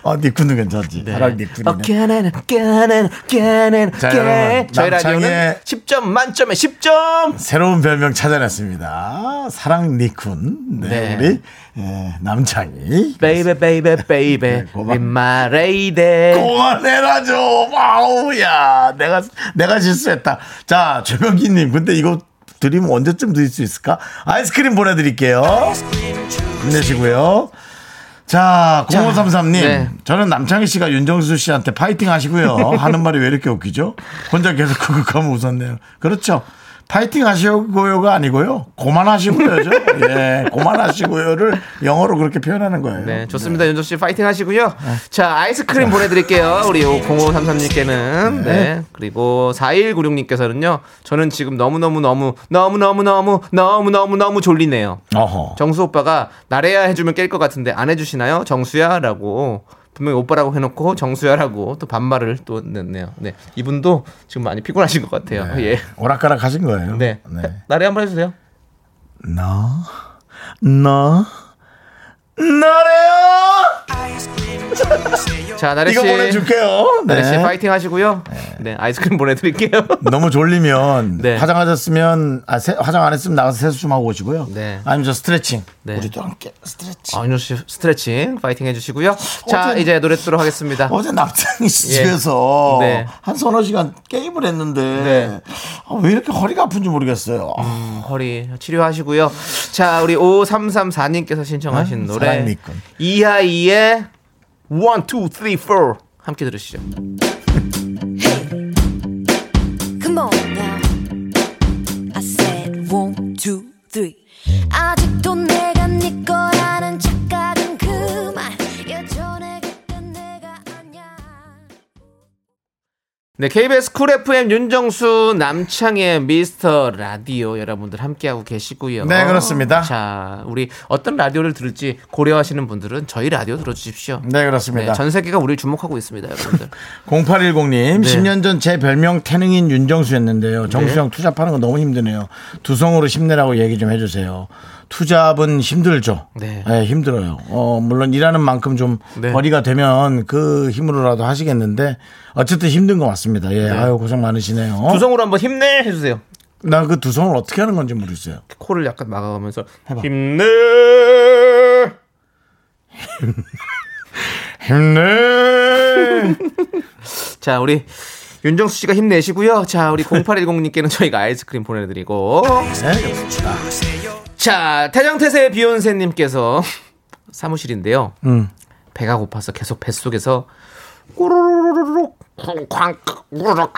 S1: 아, 니꾼도 괜찮지. 사랑니꾼이네.
S2: 어, 깨는 깨는 깨는
S1: 자, 여러분,
S2: 저희 라디오는
S1: 남창희의
S2: 10점 만점에 10점.
S1: 새로운 별명 찾아냈습니다. 사랑니쿤. 네,
S2: 네.
S1: 우리 예, 남창이.
S2: 베이베 베이베 베이베
S1: 네, 고마워.
S2: 윗마레이데
S1: 그만해라 좀. 아우야. 내가 내가 실수했다. 자, 최병기 님. 근데 이거 드리면 언제쯤 드릴 수 있을까? 아이스크림 보내 드릴게요. 힘내시고요. 자, 0533님.
S2: 네.
S1: 저는 남창희 씨가 윤정수 씨한테 파이팅 하시고요. 하는 말이 왜 이렇게 웃기죠? 혼자 계속 크크하면 웃었네요. 그렇죠. 파이팅 하시고요가 아니고요. 고만하시고요죠. 예, 고만하시고요를 영어로 그렇게 표현하는 거예요.
S2: 네 좋습니다 윤정 씨 파이팅 하시고요 자 아이스크림 보내드릴게요 우리 0533님께는 네 그리고 4196님께서는요 저는 지금 너무너무너무 너무너무너무 너무너무너무 졸리네요
S1: 어허.
S2: 정수 오빠가 나래야 해주면 깰 것 같은데 안 해주시나요 정수야 라고 분명히 오빠라고 해놓고 정수야라고 또 반말을 또 냈네요 네 이분도 지금 많이 피곤하신 것 같아요
S1: 네.
S2: 예
S1: 오락가락 하신 거예요.
S2: 네. 나래 한번 해주세요
S1: 너, 너, 너래요!
S2: 자, 나래 씨.
S1: 이거 보내줄게요.
S2: 나래 씨
S1: 네.
S2: 파이팅 하시고요. 네, 아이스크림 보내드릴게요.
S1: 너무 졸리면
S2: 네.
S1: 화장하셨으면 아, 세- 화장 안 했으면 나가서 세수 좀 하고 오시고요.
S2: 네.
S1: 아니면 저 스트레칭.
S2: 네.
S1: 우리도 함께 스트레칭.
S2: *laughs* 아윤호 씨 스트레칭 파이팅 해주시고요. 자,
S1: 어제-
S2: 이제 노래 듣도록 하겠습니다.
S1: 어제 남창희 씨 집에서
S2: 예. 네.
S1: 한 서너 시간 게임을 했는데
S2: 네. 음.
S1: 아, 왜 이렇게 허리가 아픈지 모르겠어요. 아,
S2: 허리 치료하시고요. 자, 우리 5334님께서 신청하신 아,
S1: 음,
S2: 노래
S1: 사랑의 입군.
S2: 이하이의 1, 2, 3, 4 함께 들으시죠.
S6: Come on now. I said one, two, three. 아직도 내가 네 거라는 착각은 그만. 예전에 그땐 내가 아니야.
S2: 네, KBS 쿨 FM 윤정수 남창의 미스터 라디오 여러분들 함께하고 계시고요.
S1: 네, 그렇습니다.
S2: 자, 우리 어떤 라디오를 들을지 고려하시는 분들은 저희 라디오 들어주십시오.
S1: 네 그렇습니다.
S2: 네, 전 세계가 우리를 주목하고 있습니다, 여러분들.
S1: 0810님,
S2: 네.
S1: 10년 전 제 별명 태능인 윤정수였는데요.
S2: 네.
S1: 정수형 투잡하는 거 너무 힘드네요. 두성으로 힘내라고 얘기 좀 해주세요. 투잡은 힘들죠.
S2: 네.
S1: 힘들어요. 어, 물론 일하는 만큼 좀
S2: 네.
S1: 거리가 되면 그 힘으로라도 하시겠는데 어쨌든 힘든 것 같습니다. 예, 아유 고생 많으시네요.
S2: 네. 두성으로 한번 힘내 해주세요.
S1: 나 그 두성을 어떻게 하는 건지 모르겠어요.
S2: 코를 약간 막아가면서
S1: 해봐.
S2: 힘내.
S1: 힘내.
S2: 네, 자, 우리 윤정수 씨가 힘내시고요. 자, 우리 0810님께는 저희가 아이스크림 보내드리고. 자, 태정태세 비욘세님께서 사무실인데요.
S1: 음.
S2: 배가 고파서 계속 뱃속에서 꾸르르륵 쾅쾅 꾸르륵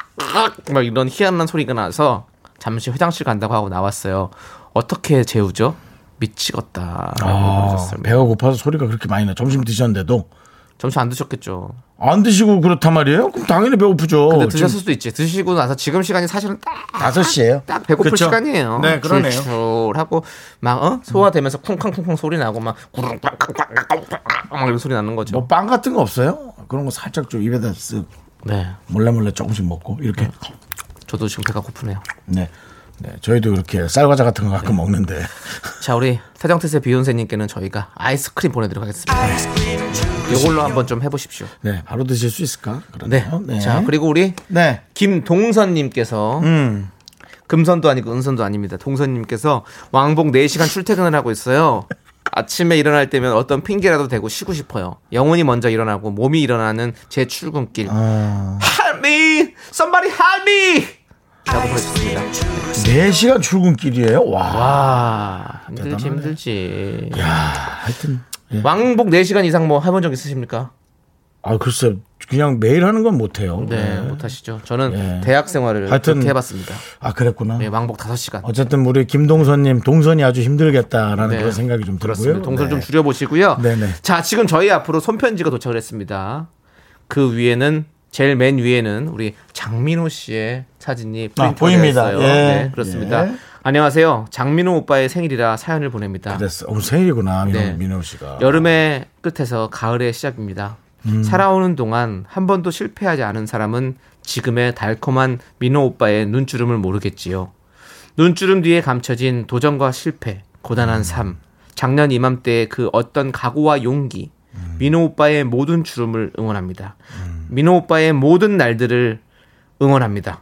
S2: 막 이런 희한한 소리가 나서 잠시 화장실 간다고 하고 나왔어요. 어떻게 재우죠? 미치겠다.
S1: 아,
S2: 아,
S1: 배가 고파서 소리가 그렇게 많이 나. 점심 드셨는데도
S2: 점수 안 드셨겠죠.
S1: 안 드시고 그렇단 말이에요? 그럼 당연히 배고프죠.
S2: 근데 드셨을 수도 있지. 드시고 나서 지금 시간이 사실은 딱
S1: 다섯 시에요.
S2: 딱 배고플
S1: 그쵸?
S2: 시간이에요.
S1: 네, 그러네요.
S2: 출출하고 막 어? 소화되면서 쿵쾅쿵쾅 소리 나고 막 구릉 쾅쾅쾅쾅쾅쾅 이런 소리 나는 거죠.
S1: 뭐 빵 같은 거 없어요? 그런 거 살짝 좀 입에다 쓱
S2: 네.
S1: 몰래 몰래 조금씩 먹고 이렇게.
S2: 저도 지금 배가 고프네요.
S1: 네. 네, 저희도 이렇게 쌀과자 같은 거 가끔 먹는데
S2: 자, 우리 태정태세 비욘세님께는 저희가 아이스크림 보내드리도록 하겠습니다. 이걸로 한번 좀 해보십시오.
S1: 네 바로 드실 수 있을까?
S2: 네.
S1: 어, 그러네요.
S2: 자, 그리고 우리
S1: 네.
S2: 김동선님께서
S1: 음.
S2: 금선도 아니고 은선도 아닙니다. 동선님께서 왕복 4시간 출퇴근을 하고 있어요. 아침에 일어날 때면 어떤 핑계라도 대고 쉬고 싶어요. 영혼이 먼저 일어나고 몸이 일어나는 제 출근길.
S1: 아.
S2: Help me! Somebody help me! 라고 보내주셨습니다.
S1: 네 시간 출근길이에요. 와.
S2: 와, 힘들지, 힘들지.
S1: 야, 하여튼 예.
S2: 왕복 4시간 이상 뭐 해본 적 있으십니까?
S1: 아 글쎄 그냥 매일 하는 건 못해요.
S2: 네, 못하시죠. 저는
S1: 네.
S2: 대학 생활을
S1: 하여튼-
S2: 그렇게 해봤습니다.
S1: 아 그랬구나.
S2: 네, 왕복 5시간.
S1: 어쨌든 우리 김동선님 동선이 아주 힘들겠다라는
S2: 네.
S1: 그런 생각이 좀 들었고요.
S2: 그렇습니다. 동선 좀
S1: 네.
S2: 줄여보시고요.
S1: 네네.
S2: 자, 지금 저희 앞으로 손편지가 도착을 했습니다. 그 위에는 제일 맨 위에는 우리 장민호 씨의 사진이 프린트가
S1: 보입니다.
S2: 되어 있어요.
S1: 예.
S2: 네, 그렇습니다.
S1: 예.
S2: 안녕하세요. 장민호 오빠의 생일이라 사연을 보냅니다.
S1: 됐어. 오늘 생일이구나 민호,
S2: 네.
S1: 민호 씨가.
S2: 여름의 끝에서 가을의 시작입니다. 살아오는 동안 한 번도 실패하지 않은 사람은 지금의 달콤한 민호 오빠의 눈주름을 모르겠지요. 눈주름 뒤에 감춰진 도전과 실패, 고단한 삶, 작년 이맘때의 그 어떤 각오와 용기, 민호 오빠의 모든 주름을 응원합니다. 민호 오빠의 모든 날들을 응원합니다.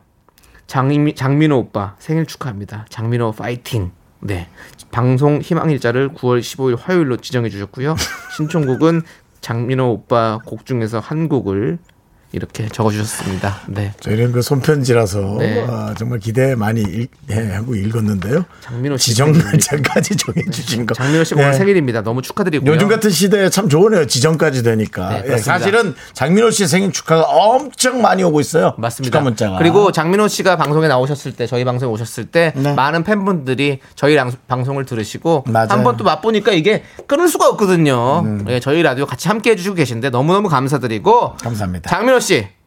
S2: 장미, 장민호 오빠 생일 축하합니다. 장민호 파이팅. 네. 방송 희망 일자를 9월 15일 화요일로 지정해 주셨고요. 신청곡은 장민호 오빠 곡 중에서 한 곡을 이렇게 적어 주셨습니다. 네.
S1: 저희는 그 손편지라서
S2: 네.
S1: 아, 정말 기대 많이 일- 예, 하고 읽었는데요.
S2: 장민호 씨
S1: 지정
S2: 생일.
S1: 날짜까지 정해주신 거.
S2: 장민호 씨
S1: 예.
S2: 오늘 생일입니다. 너무 축하드리고요.
S1: 요즘 같은 시대에 참 좋으네요. 지정까지 되니까.
S2: 네,
S1: 예,
S2: 그렇습니다.
S1: 사실은 장민호 씨 생일 축하가 엄청 많이 오고 있어요.
S2: 맞습니다.
S1: 축하 문자가.
S2: 그리고 장민호 씨가 방송에 나오셨을 때 저희 방송에 오셨을 때
S1: 네.
S2: 많은 팬분들이 저희 랑- 방송을 들으시고
S1: 맞아요. 음.
S2: 한 번 또 맛보니까 이게 끊을 수가 없거든요. 예, 저희 라디오 같이 함께 해주시고 계신데 너무너무 감사드리고
S1: 감사합니다.
S2: 장민호 씨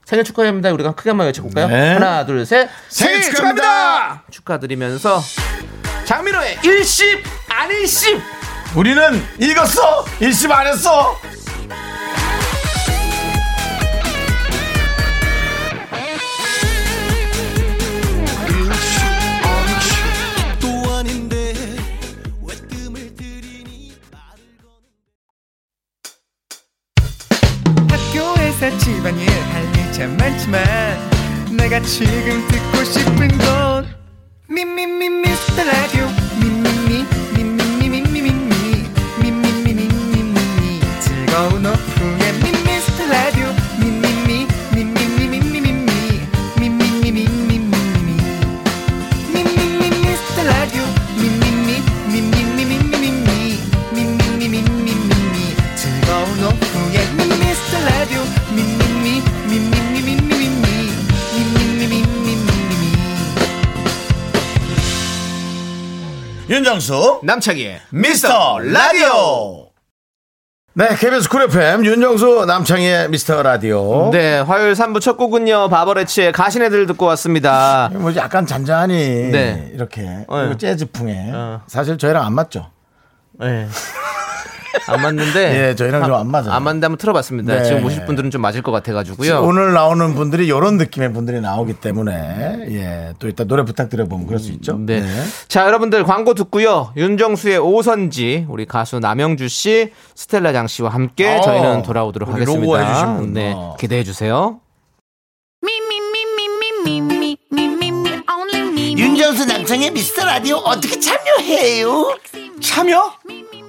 S2: 생일 축하합니다. 우리가 크게 한번 외쳐볼까요?
S1: 네.
S2: 하나 둘 셋.
S1: 생일 축하합니다!
S2: 축하드리면서 장민호의 일십 안일십
S1: 우리는 읽었어. 일심 안 했어.
S7: 이
S8: 회사 집안일 할 일 참 많지만 내가 지금 듣고 싶은 건
S9: 네,
S8: 미미미 미스터 라디오 미미미 미미미 미미미 미미미 미미미 즐거운 오후에 미스터 라디오 미미미 미미미 미미미 미미미 미미미 미미미
S1: 윤정수
S2: 남창희의
S1: 미스터 라디오 네 KBS 쿨 FM 윤정수 남창희의 미스터 라디오
S2: 네, 화요일 3부 첫 곡은요. 바버레치의 가신 애들 듣고 왔습니다.
S1: 뭐 약간 잔잔히
S2: 네.
S1: 이렇게
S2: 어.
S1: 그리고 재즈풍에
S2: 어.
S1: 사실 저희랑 안 맞죠
S2: 네. 안 맞는데
S1: 예, 저희랑 좀안 맞아요.
S2: 네. 안 맞는데 한번 틀어봤습니다.
S1: 네.
S2: 지금 오실 분들은 좀 맞을 것 같아 가지고요.
S1: 오늘 나오는 분들이 이런 느낌의 분들이 나오기 때문에 예, 또 이따 노래 부탁드려보면 그럴 수 있죠
S2: 네. 자, 여러분들 광고 듣고요. 윤정수의 오선지 우리 가수 남영주 씨, 스텔라 장 씨와 함께
S1: 어,
S2: 저희는 돌아오도록
S1: 우리
S2: 하겠습니다.
S1: 로고 해주신 분.
S2: 네.
S1: 어.
S2: 기대해 주세요.
S10: 미미미미미미미미미미 only me
S1: 윤정수 남창의 미스터 라디오 어떻게 참여해요?
S11: 참여?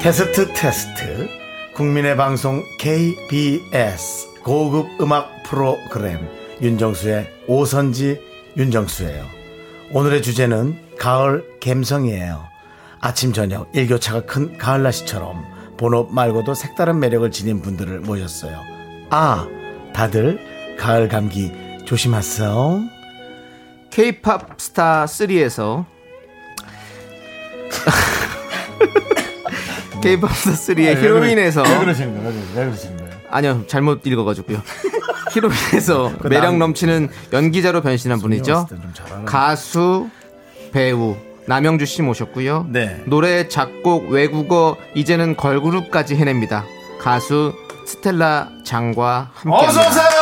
S1: 테스트 테스트 국민의 방송 KBS 고급 음악 프로그램 윤정수의 오선지 윤정수예요. 오늘의 주제는 가을 감성이에요. 아침 저녁 일교차가 큰 가을 날씨처럼 본업 말고도 색다른 매력을 지닌 분들을 모셨어요. 아 다들 가을 감기 조심하세요.
S2: K-팝 스타
S11: *laughs*
S2: 3에서 K-팝 스타 3의 예, 히로인에서
S1: 그러시는 거예요? 네, 아, 왜 그러시는 거예요?
S2: 아니요 잘못
S1: *laughs*
S2: 읽어가지고요 히로인에서
S1: 그
S2: 매력 넘치는 연기자로 변신한 분이죠
S1: 왔을 때좀 네, 잘하는
S2: 가수 배우 남영주 씨 모셨고요
S1: 네.
S2: 노래 작곡 외국어 이제는 걸그룹까지 해냅니다 가수 스텔라 장과
S1: 어서
S2: 함께합니다
S1: 오세요.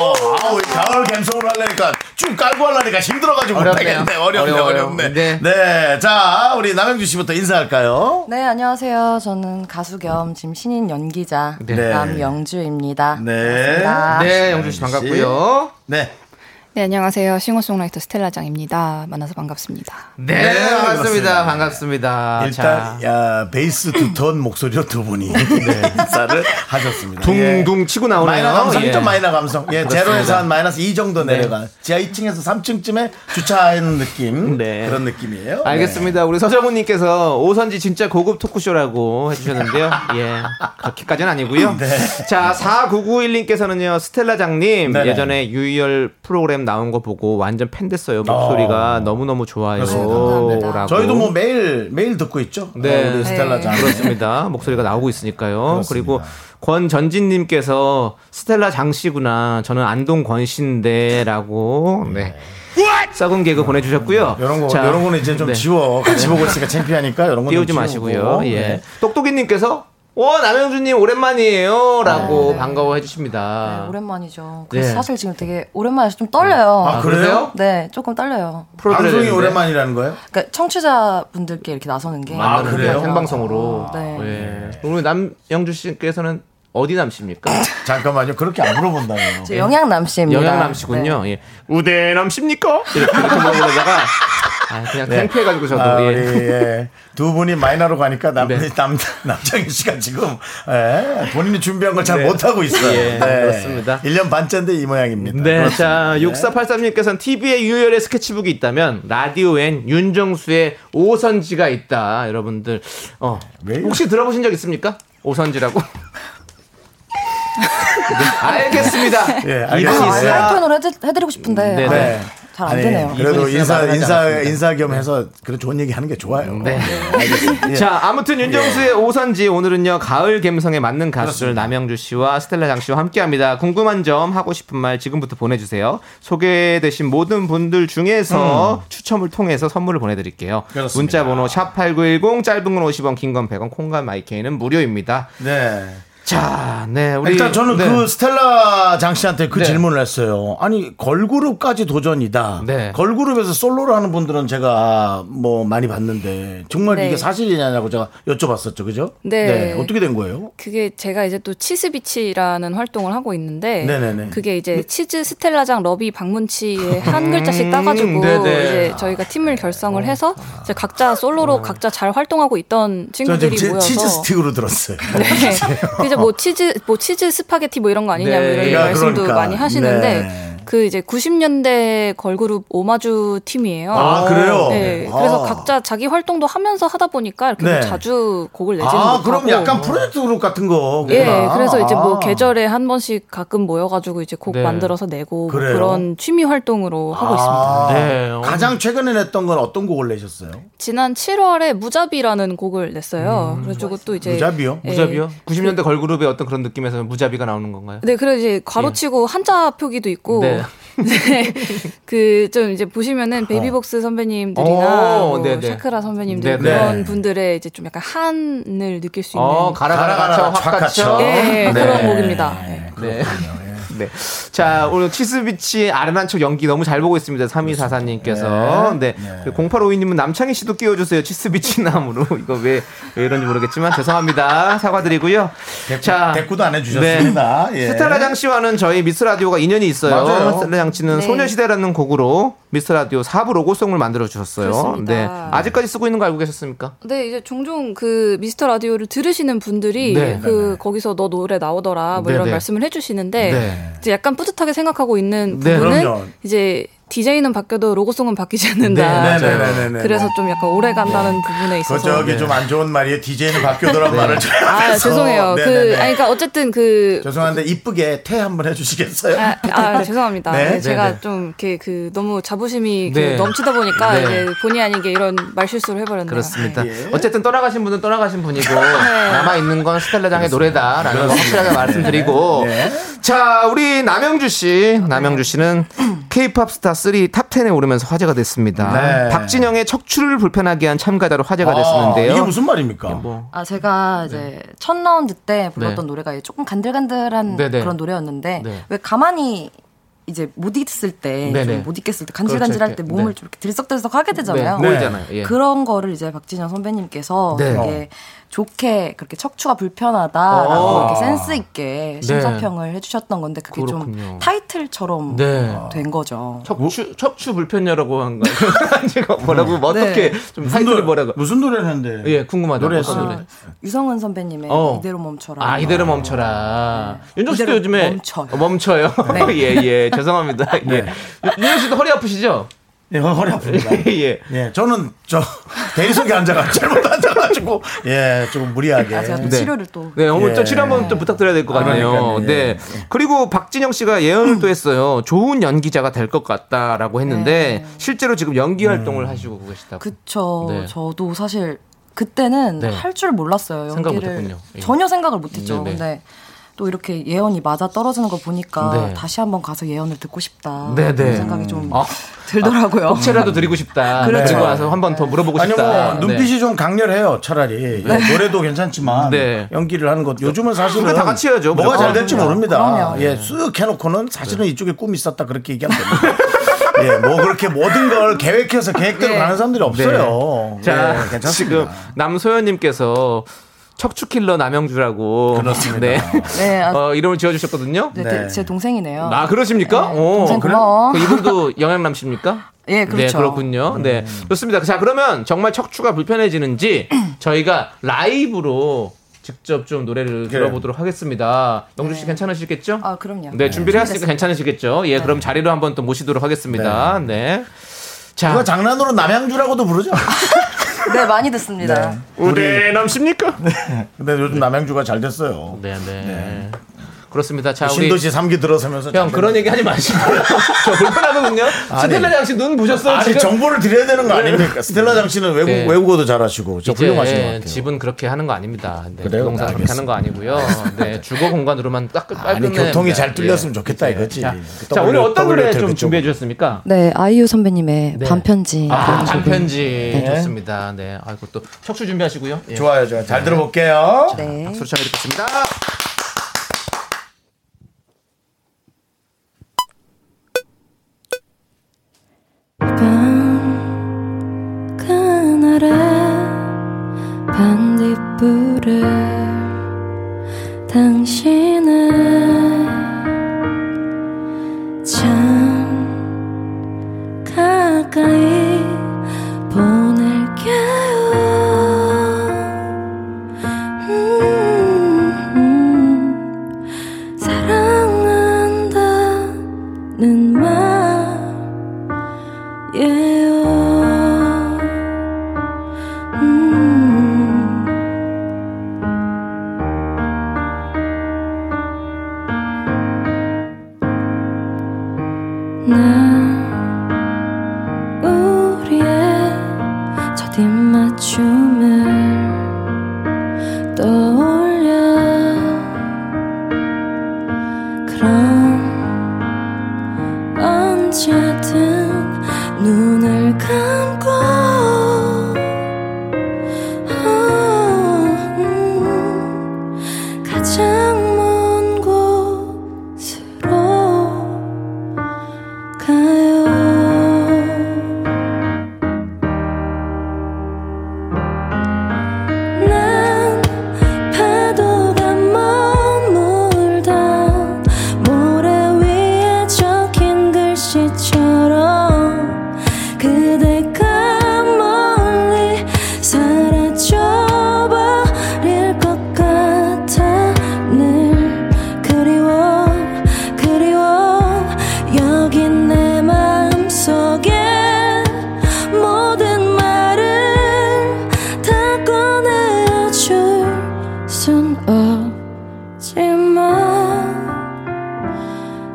S1: 아우 이 가을 감성으로 하려니까 쭉 깔고 하려니까 힘들어가지고
S2: 어렵네요.
S1: 못하겠네. 어렵네,
S2: 어려워요.
S1: 어렵네.
S2: 네.
S1: 네. 자 우리 남영주 씨부터 인사할까요?
S9: 네, 안녕하세요. 저는 가수 겸 지금 신인 연기자
S1: 네.
S9: 남영주입니다.
S1: 네.
S9: 반갑습니다.
S2: 네 영주 씨 반갑고요
S1: 네.
S12: 네, 안녕하세요. 싱어송라이터 스텔라장입니다. 만나서 반갑습니다.
S2: 네,
S1: 네, 반갑습니다.
S2: 반갑습니다 반갑습니다
S1: 일단 야, 예. 베이스 두턴 목소리로 두
S2: *laughs*
S1: 분이 인사를 하셨습니다.
S2: 네. 둥둥 치고
S1: 예.
S2: 나오네요
S1: 마이너 감성
S2: 예. 네.
S1: 좀 마이너 감성. 예, 제로에서 한 마이너스 2 정도 내려간 지하 2층에서 3층쯤에 주차하는 느낌
S2: 네.
S1: 그런 느낌이에요.
S2: 알겠습니다. 우리 서정훈님께서 오선지 진짜 고급
S1: *laughs*
S2: 토크쇼라고 해주셨는데요. 예. 그렇게까지는 아니고요.
S1: 네.
S2: 자, 4991님께서는요, 스텔라 장님,
S1: 네네.
S2: 예전에 유희열 프로그램 나온 거 보고 완전 팬 됐어요. 목소리가 너무너무 좋아요.
S9: 그렇습니다.
S2: 라고.
S1: 저희도 뭐 매일 매일 듣고 있죠.
S2: 네.
S1: 어, 우리 스텔라 장.
S2: 그렇습니다. 목소리가 나오고 있으니까요. 그리고 권전진님께서 스텔라 장씨구나. 저는 안동 권씨인데라고. 네. 썩은 개그 보내주셨고요.
S1: 이런 거
S2: 자,
S1: 이런 거는 이제 좀
S2: 네.
S1: 지워 같이 보고 있으니까 창피하니까 이런 거
S2: 띄우지
S1: 좀
S2: 마시고요.
S1: 지우고.
S2: 예.
S1: 네.
S2: 똑똑이님께서 어 남영준님 오랜만이에요라고 반가워해
S1: 아.
S2: 주십니다.
S9: 오랜만이죠.
S2: 네.
S9: 그래서 사실 지금 되게 오랜만이라서 좀 떨려요.
S1: 아 그래요?
S9: 네, 조금 떨려요.
S1: 방송이
S2: 프로들의
S1: 오랜만이라는 거예요?
S9: 그러니까 청취자분들께 이렇게 나서는 게.
S1: 아, 그래요?
S2: 생방송으로.
S9: 네.
S2: 예. 우리 남영주 씨께서는 어디 남십니까?
S1: 잠깐만요. 그렇게 안 물어본다고요.
S9: 저 영양남 씨입니다.
S2: 네.
S9: 네.
S2: 영양남 씨군요. 예. 우대남 씨입니까? 이렇게 물어보다가 아, 그냥 *laughs* 창피해가지고 저도
S1: 아, 우리,
S2: 예.
S1: 예. 두 분이 마이너로 가니까 남,
S2: 네.
S1: *laughs* 남, 남창희 씨가 지금 예, 본인이 준비한 걸 잘 못하고 있어요.
S2: 네.
S1: 네.
S2: 예, 그렇습니다.
S1: 1년 반째인데 이 모양입니다. 그렇죠.
S2: 네, 자, 6483님께서는 TV에 유열의 스케치북이 있다면 라디오엔 윤정수의 오선지가 있다. 여러분들, 어,
S1: 왜요?
S2: 혹시 들어보신 적 있습니까?
S1: *laughs*
S2: 오선지라고? 네, 알겠습니다.
S1: 예,
S2: 이름이
S1: 알겠습니다.
S2: 있어요?
S1: 네.
S9: 하이톤으로 아, 해드, 해드리고 싶은데.
S2: 네,
S9: 아,
S2: 네.
S13: 잘 안 되네요.
S1: 그래도
S2: 이번에
S1: 인사
S2: 말을 하지
S1: 인사
S2: 않았습니다. 네.
S1: 인사 겸 해서 그런 좋은 얘기 하는 게 좋아요. 네. 예.
S2: 자, 아무튼 윤정수의 오선지 오늘은요 가을 감성에 맞는 가수들 남영주 씨와 스텔라 장 씨와 함께합니다. 궁금한 점 하고 싶은 말 지금부터 보내주세요. 소개되신 모든 분들 중에서 추첨을 통해서 선물을 보내드릴게요.
S1: 그렇습니다.
S2: 문자번호 샵 #8910 짧은 건 50원, 긴 건 100원, 콩과 마이케이는 무료입니다.
S1: 네.
S2: 자, 네, 우리
S1: 일단 저는
S2: 네.
S1: 그 스텔라 장 씨한테 그
S2: 네.
S1: 질문을 했어요. 아니 걸그룹까지 도전이다.
S2: 네.
S1: 걸그룹에서 솔로를 하는 분들은 제가 뭐 많이 봤는데 정말
S9: 네.
S1: 이게 사실이냐고 제가 여쭤봤었죠, 그죠?
S9: 네.
S1: 어떻게 된 거예요?
S9: 그게 제가 이제 또 치스비치라는 활동을 하고 있는데
S1: 네네네.
S9: 그게 이제 치즈 스텔라장 러비 박문치의 한
S2: 음.
S9: 글자씩 따가지고
S1: 네네.
S9: 이제 저희가 팀을
S2: 어.
S9: 결성을 해서 이제 각자 솔로로 각자 잘 활동하고 있던
S1: 저 지금
S9: 친구들이
S1: 치-
S9: 모여서
S1: 치즈 스틱으로
S9: *laughs*
S1: 들었어요. 아,
S9: 네.
S2: *laughs*
S9: 그 이제 뭐 치즈 뭐 치즈 스파게티 뭐 이런 거 아니냐고
S1: 네.
S9: 이런
S1: 그러니까,
S9: 말씀도
S1: 그러니까.
S9: 많이 하시는데
S1: 네.
S9: 그 이제 90년대 걸그룹 오마주 팀이에요.
S1: 아, 그래요?
S9: 네.
S1: 아.
S9: 그래서 각자 자기 활동도 하면서 하다 보니까 이렇게
S1: 네.
S9: 뭐 자주 곡을 내지는
S1: 아,
S9: 못하고.
S1: 그럼 약간 프로젝트 그룹 같은 거.
S2: 네.
S9: 예,
S1: 그렇구나.
S9: 그래서 이제 뭐
S1: 아.
S9: 계절에 한 번씩 가끔 모여가지고 이제 곡
S1: 네.
S9: 만들어서 내고 뭐
S1: 그래요?
S9: 그런 취미 활동으로 하고
S1: 아,
S9: 있습니다.
S2: 네.
S1: 가장 최근에 냈던 건 어떤 곡을 내셨어요?
S9: 지난 7월에 무자비라는 곡을 냈어요. 그래가지고 또 이제 예.
S2: 음. 무자비요? 90년대 걸그룹의 어떤 그런 느낌에서 무자비가 나오는 건가요?
S9: 네, 그리고 이제 괄호치고 한자 표기도 있고,
S2: 예.
S9: *laughs*
S2: 네.
S9: 그 좀 이제 보시면은 베이비복스 선배님들이나
S2: 오,
S9: 뭐
S2: 어, 네네.
S9: 샤크라 선배님들
S2: 네네.
S9: 그런 분들의 이제 좀 약간 한을 느낄 수 있는
S2: 어, 가라 가라 가쳐 확 가쳐.
S9: 예, 그런 곡입니다.
S2: 네. 네. 자, 오늘 치스비치 아련한 척 연기 너무 잘 보고 있습니다. 3244님께서. 네. 그리고 0852님은 남창희 씨도 끼워주세요. 치스비치 나무로. *laughs* 이거 왜, 왜 이런지 모르겠지만 죄송합니다. 사과드리고요. 자.
S1: 대꾸도 안 해주셨습니다. 예.
S2: 아. 네. 스텔라장 씨와는 저희 미스라디오가 인연이 있어요.
S1: 맞아요.
S2: 스텔라장 씨는
S1: 네.
S2: 소녀시대라는 곡으로 미스라디오 4부 로고송을 만들어주셨어요.
S9: 그렇습니다.
S2: 네. 아직까지 쓰고 있는 거 알고 계셨습니까?
S9: 네, 이제 종종 그 미스터 라디오를 들으시는 분들이
S2: 네.
S9: 그 거기서 너 노래 나오더라 뭐
S2: 네,
S9: 이런
S2: 네.
S9: 말씀을 해주시는데
S2: 네.
S9: 이제 약간 뿌듯하게 생각하고 있는
S2: 네.
S9: 부분은
S2: 그럼요.
S9: 이제 디자인은 바뀌어도 로고송은 바뀌지 않는다.
S1: 네, 네, 네, 네, 네.
S9: 그래서 좀 약간 오래 간다는
S1: 그
S9: 부분에 있어서
S1: 저기 좀 안 좋은 말이에요. DJ는 바뀌어더란
S2: 네.
S1: 말을 좀
S9: 아,
S1: 해서.
S9: 죄송해요. 그
S1: 네네네.
S9: 아니 그러니까 어쨌든 그
S1: 죄송한데 이쁘게 퇴 한번 해주시겠어요?
S9: 아,
S1: *laughs*
S9: 아, 죄송합니다.
S1: 네?
S9: 네, 제가
S1: 네네.
S9: 좀 이렇게 그 너무 자부심이 그
S2: 네.
S9: 넘치다 보니까
S2: 네.
S9: 이제 본의 아니게 이런 말실수를 해버렸네요.
S1: 아,
S2: 그렇습니다.
S1: 예.
S2: 어쨌든 떠나가신 분은 떠나가신
S1: *laughs*
S2: 분이고
S9: 네.
S2: 남아 있는 건 스텔라장의 노래다라는 거
S1: 그렇습니다. 네.
S2: 확실하게 말씀드리고 자 우리 남영주 씨 남영주 씨는 K-팝 스타 3 탑 10에 오르면서 화제가 됐습니다.
S1: 네.
S2: 박진영의 척추를 불편하게 한 참가자로 화제가
S1: 아,
S2: 됐었는데요. 예, 뭐.
S1: 이게 무슨 말입니까?
S13: 아 제가 이제 첫 라운드 때 불렀던
S2: 네.
S13: 노래가 이제 조금 간들간들한
S2: 네네.
S13: 그런 노래였는데
S2: 네.
S13: 왜 가만히 이제 못 있을 때,
S2: 네네.
S13: 좀 못 있겠을 때, 간질간질할 때
S2: 그렇죠.
S13: 몸을
S2: 네.
S13: 좀 이렇게 들썩들썩 하게 되잖아요.
S2: 네, 보이잖아요. 예.
S13: 그런 거를 이제 박진영 선배님께서
S2: 네.
S13: 되게 좋게 그렇게 척추가 불편하다라고
S2: 어.
S13: 이렇게 센스 있게
S2: 네.
S13: 심사평을 해주셨던 건데 그게
S2: 그렇군요.
S13: 좀 타이틀처럼
S2: 네.
S13: 된 거죠.
S1: 뭐?
S2: 척추 척추 불편녀라고 한 거예요. *laughs* 제가 뭐라고 뭐 어떻게 좀 타이틀이 뭐라고
S1: 네. 무슨 노래를 했는데?
S2: 예 궁금하다.
S1: 노래했어요?
S2: 어떤 노래?
S13: 아, 유성은 선배님의
S2: 어.
S13: 이대로 멈춰라.
S2: 아 이대로 멈춰라. 윤정 씨도
S13: 이대로
S2: 요즘에 어,
S13: 멈춰요.
S2: 멈춰요. *laughs* 예예 죄송합니다. 예. 윤정 씨도 허리 아프시죠?
S1: 예, 허- 허리 아픕니다.
S2: *laughs* 예.
S1: 예, 저는 저 대리석에 앉아가 잘못 앉아가지고 예, 조금 무리하게.
S13: 아, 제가 또 치료를 또.
S2: 네, 오늘
S1: 예.
S2: 또 치료 한번 또 부탁드려야 될 것 같네요.
S1: 그러니까요,
S2: 네. 그리고 박진영 씨가 예언을 또 했어요. 좋은 연기자가 될 것 같다라고 했는데 실제로 지금 연기 활동을 하시고 계시다고.
S13: 그쵸.
S2: 네.
S13: 저도 사실 그때는
S2: 네.
S13: 할 줄 몰랐어요.
S2: 생각
S13: 연기를
S2: 못했군요. 예.
S13: 전혀 생각을 못했죠.
S2: 네네.
S13: 근데 또 이렇게 예언이 맞아 떨어지는 거 보니까
S2: 네.
S13: 다시 한번 가서 예언을 듣고 싶다.
S2: 네, 네.
S13: 그런 생각이 좀
S2: 아,
S13: 들더라고요.
S2: 혹시라도 드리고 싶다.
S13: 그렇죠.
S2: 그리고 와서 한번 더 물어보고
S1: 아니 뭐
S2: 싶다. 네.
S1: 눈빛이 좀 강렬해요. 차라리 예, 노래도 괜찮지만 연기를 하는 것 요즘은 사실은
S2: 네. 그래, 다 같이 해야죠.
S1: 뭐가
S2: 무조건.
S1: 잘 될지
S2: 그럼요.
S1: 모릅니다.
S2: 그럼요. 네.
S1: 예, 쓱 해놓고는 사실은 이쪽에 꿈이 있었다 그렇게 얘기하면 됩니다. 예, 뭐 그렇게 모든 걸 계획해서 계획대로 가는 사람들이 없어요.
S2: 네. 자,
S1: 예, 괜찮습니다.
S2: 지금 남소연님께서 척추킬러 남영주라고. 그렇습니다. 네.
S13: 네, 아, *laughs*
S2: 어, 이름을 지어주셨거든요.
S13: 네, 대- 제 동생이네요.
S2: 아 그러십니까? 오,
S13: 동생
S2: 그래?
S13: 고마워.
S2: 그 이분도 *laughs* 영양남십니까?
S13: 예, 그렇죠.
S2: 네, 그렇군요.
S1: 음.
S2: 네, 좋습니다. 자, 그러면 정말
S13: *clears throat*
S2: 척추가 불편해지는지 저희가 라이브로 직접 좀
S1: 네.
S2: 노래를 들어보도록 하겠습니다. 영주 씨 괜찮으시겠죠?
S13: 아, 그럼요. 네.
S2: 네, 준비를 했으니까 괜찮으시겠죠? 예, 그럼 자리로 한번 또 모시도록 하겠습니다. 네. 자,
S1: 그거 장난으로 남양주라고도 부르죠.
S13: 네, 많이 듣습니다.
S2: 우리 남십니까?
S1: 네. 근데 요즘 남양주가 잘 됐어요.
S2: 네, 네. 그렇습니다. 자, 네. 우리
S1: 신도시 3기 들어서면서
S2: 형 그런 얘기 하지 마시고 *laughs* 저 불편하거든요.
S1: 아니. 네.
S2: 스텔라 장씨 눈 보셨어요?
S1: 아니
S2: 지금?
S1: 정보를 드려야 되는 거 아닙니까? 스텔라 장씨는 외국
S2: 네.
S1: 외국어도 잘하시고 저
S2: 이제
S1: 훌륭하신 것 같아요.
S2: 집은 그렇게 하는 거 아닙니다. 네,
S1: 그래요?
S2: 부동산
S1: 네,
S2: 그렇게 하는 거 아니고요.
S1: *laughs*
S2: 네, 주거 공간으로만 딱 예. 깔끔해.
S1: 아니 교통이 잘 뚫렸으면 좋겠다 이거지.
S2: 네. 자,
S1: 그
S2: 자, 오늘
S1: W-
S2: 어떤 노래
S1: WTF
S2: 좀
S1: 쪽으로.
S2: 준비해 주셨습니까?
S14: 네, 아이유 선배님의 반편지.
S2: 네. 아,
S14: 보내주시고요.
S2: 단편지
S14: 네.
S2: 좋습니다. 네, 아이고 또 척추 준비하시고요. 예.
S1: 좋아요, 좋아요. 잘 들어볼게요.
S2: 박수로 참여드겠습니다
S9: 그날의 반딧불을 당신의 참 가까이 보낼게요 음, 음, 사랑한다는 말 예요. 음. 난 우리의 첫 입맞춤을 떠올려 그럼 언제든 눈을 감고 아, 음, 가장 먼 곳으로 가요 난 파도가 머물던 모래 위에 적힌 글씨처럼 그대가 멀리 사라져버릴 것 같아 늘 그리워 그리워 여긴 내 마음속에 모든 말을 다 꺼내줄 순 없지만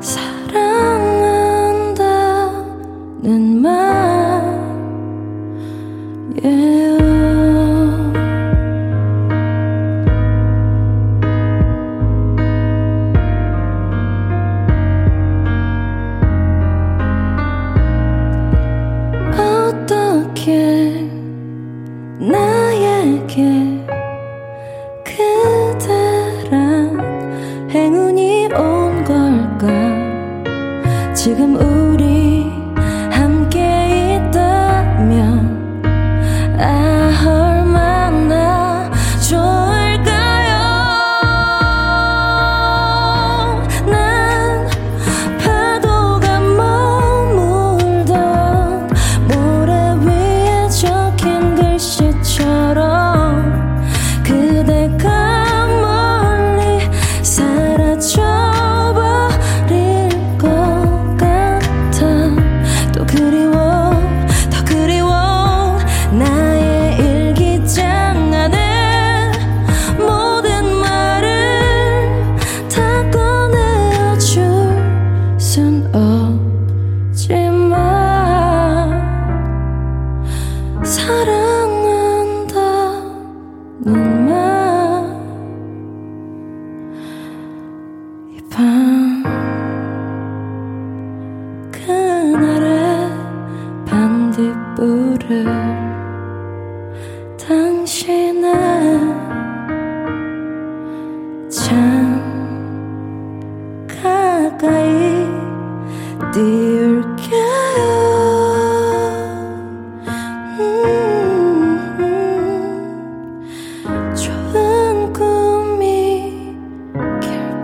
S9: 사랑한다는 말이에요 어떻게 나에게 그대란 행운이 온 걸까 지금 우리 함께 있다면 아 얼마나 좋을까요 난 파도가 머물던 모래 위에 적힌 글씨처럼 그대가 멀리 사라져버릴 것 같아 또 그리워 더 그리워 나의 일기장 안에 모든 말을 다 꺼내줄 순 없지만 사랑한다는 말 이밤 그날의 반딧불을 당신의 참 가까이 띄울게요 음, 좋은 꿈이길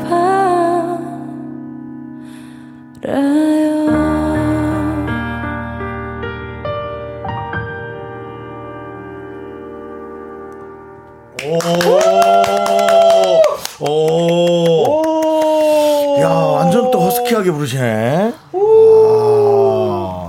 S9: 바라요
S1: 오. 오. 야, 완전 또 허스키하게 부르시네. 아.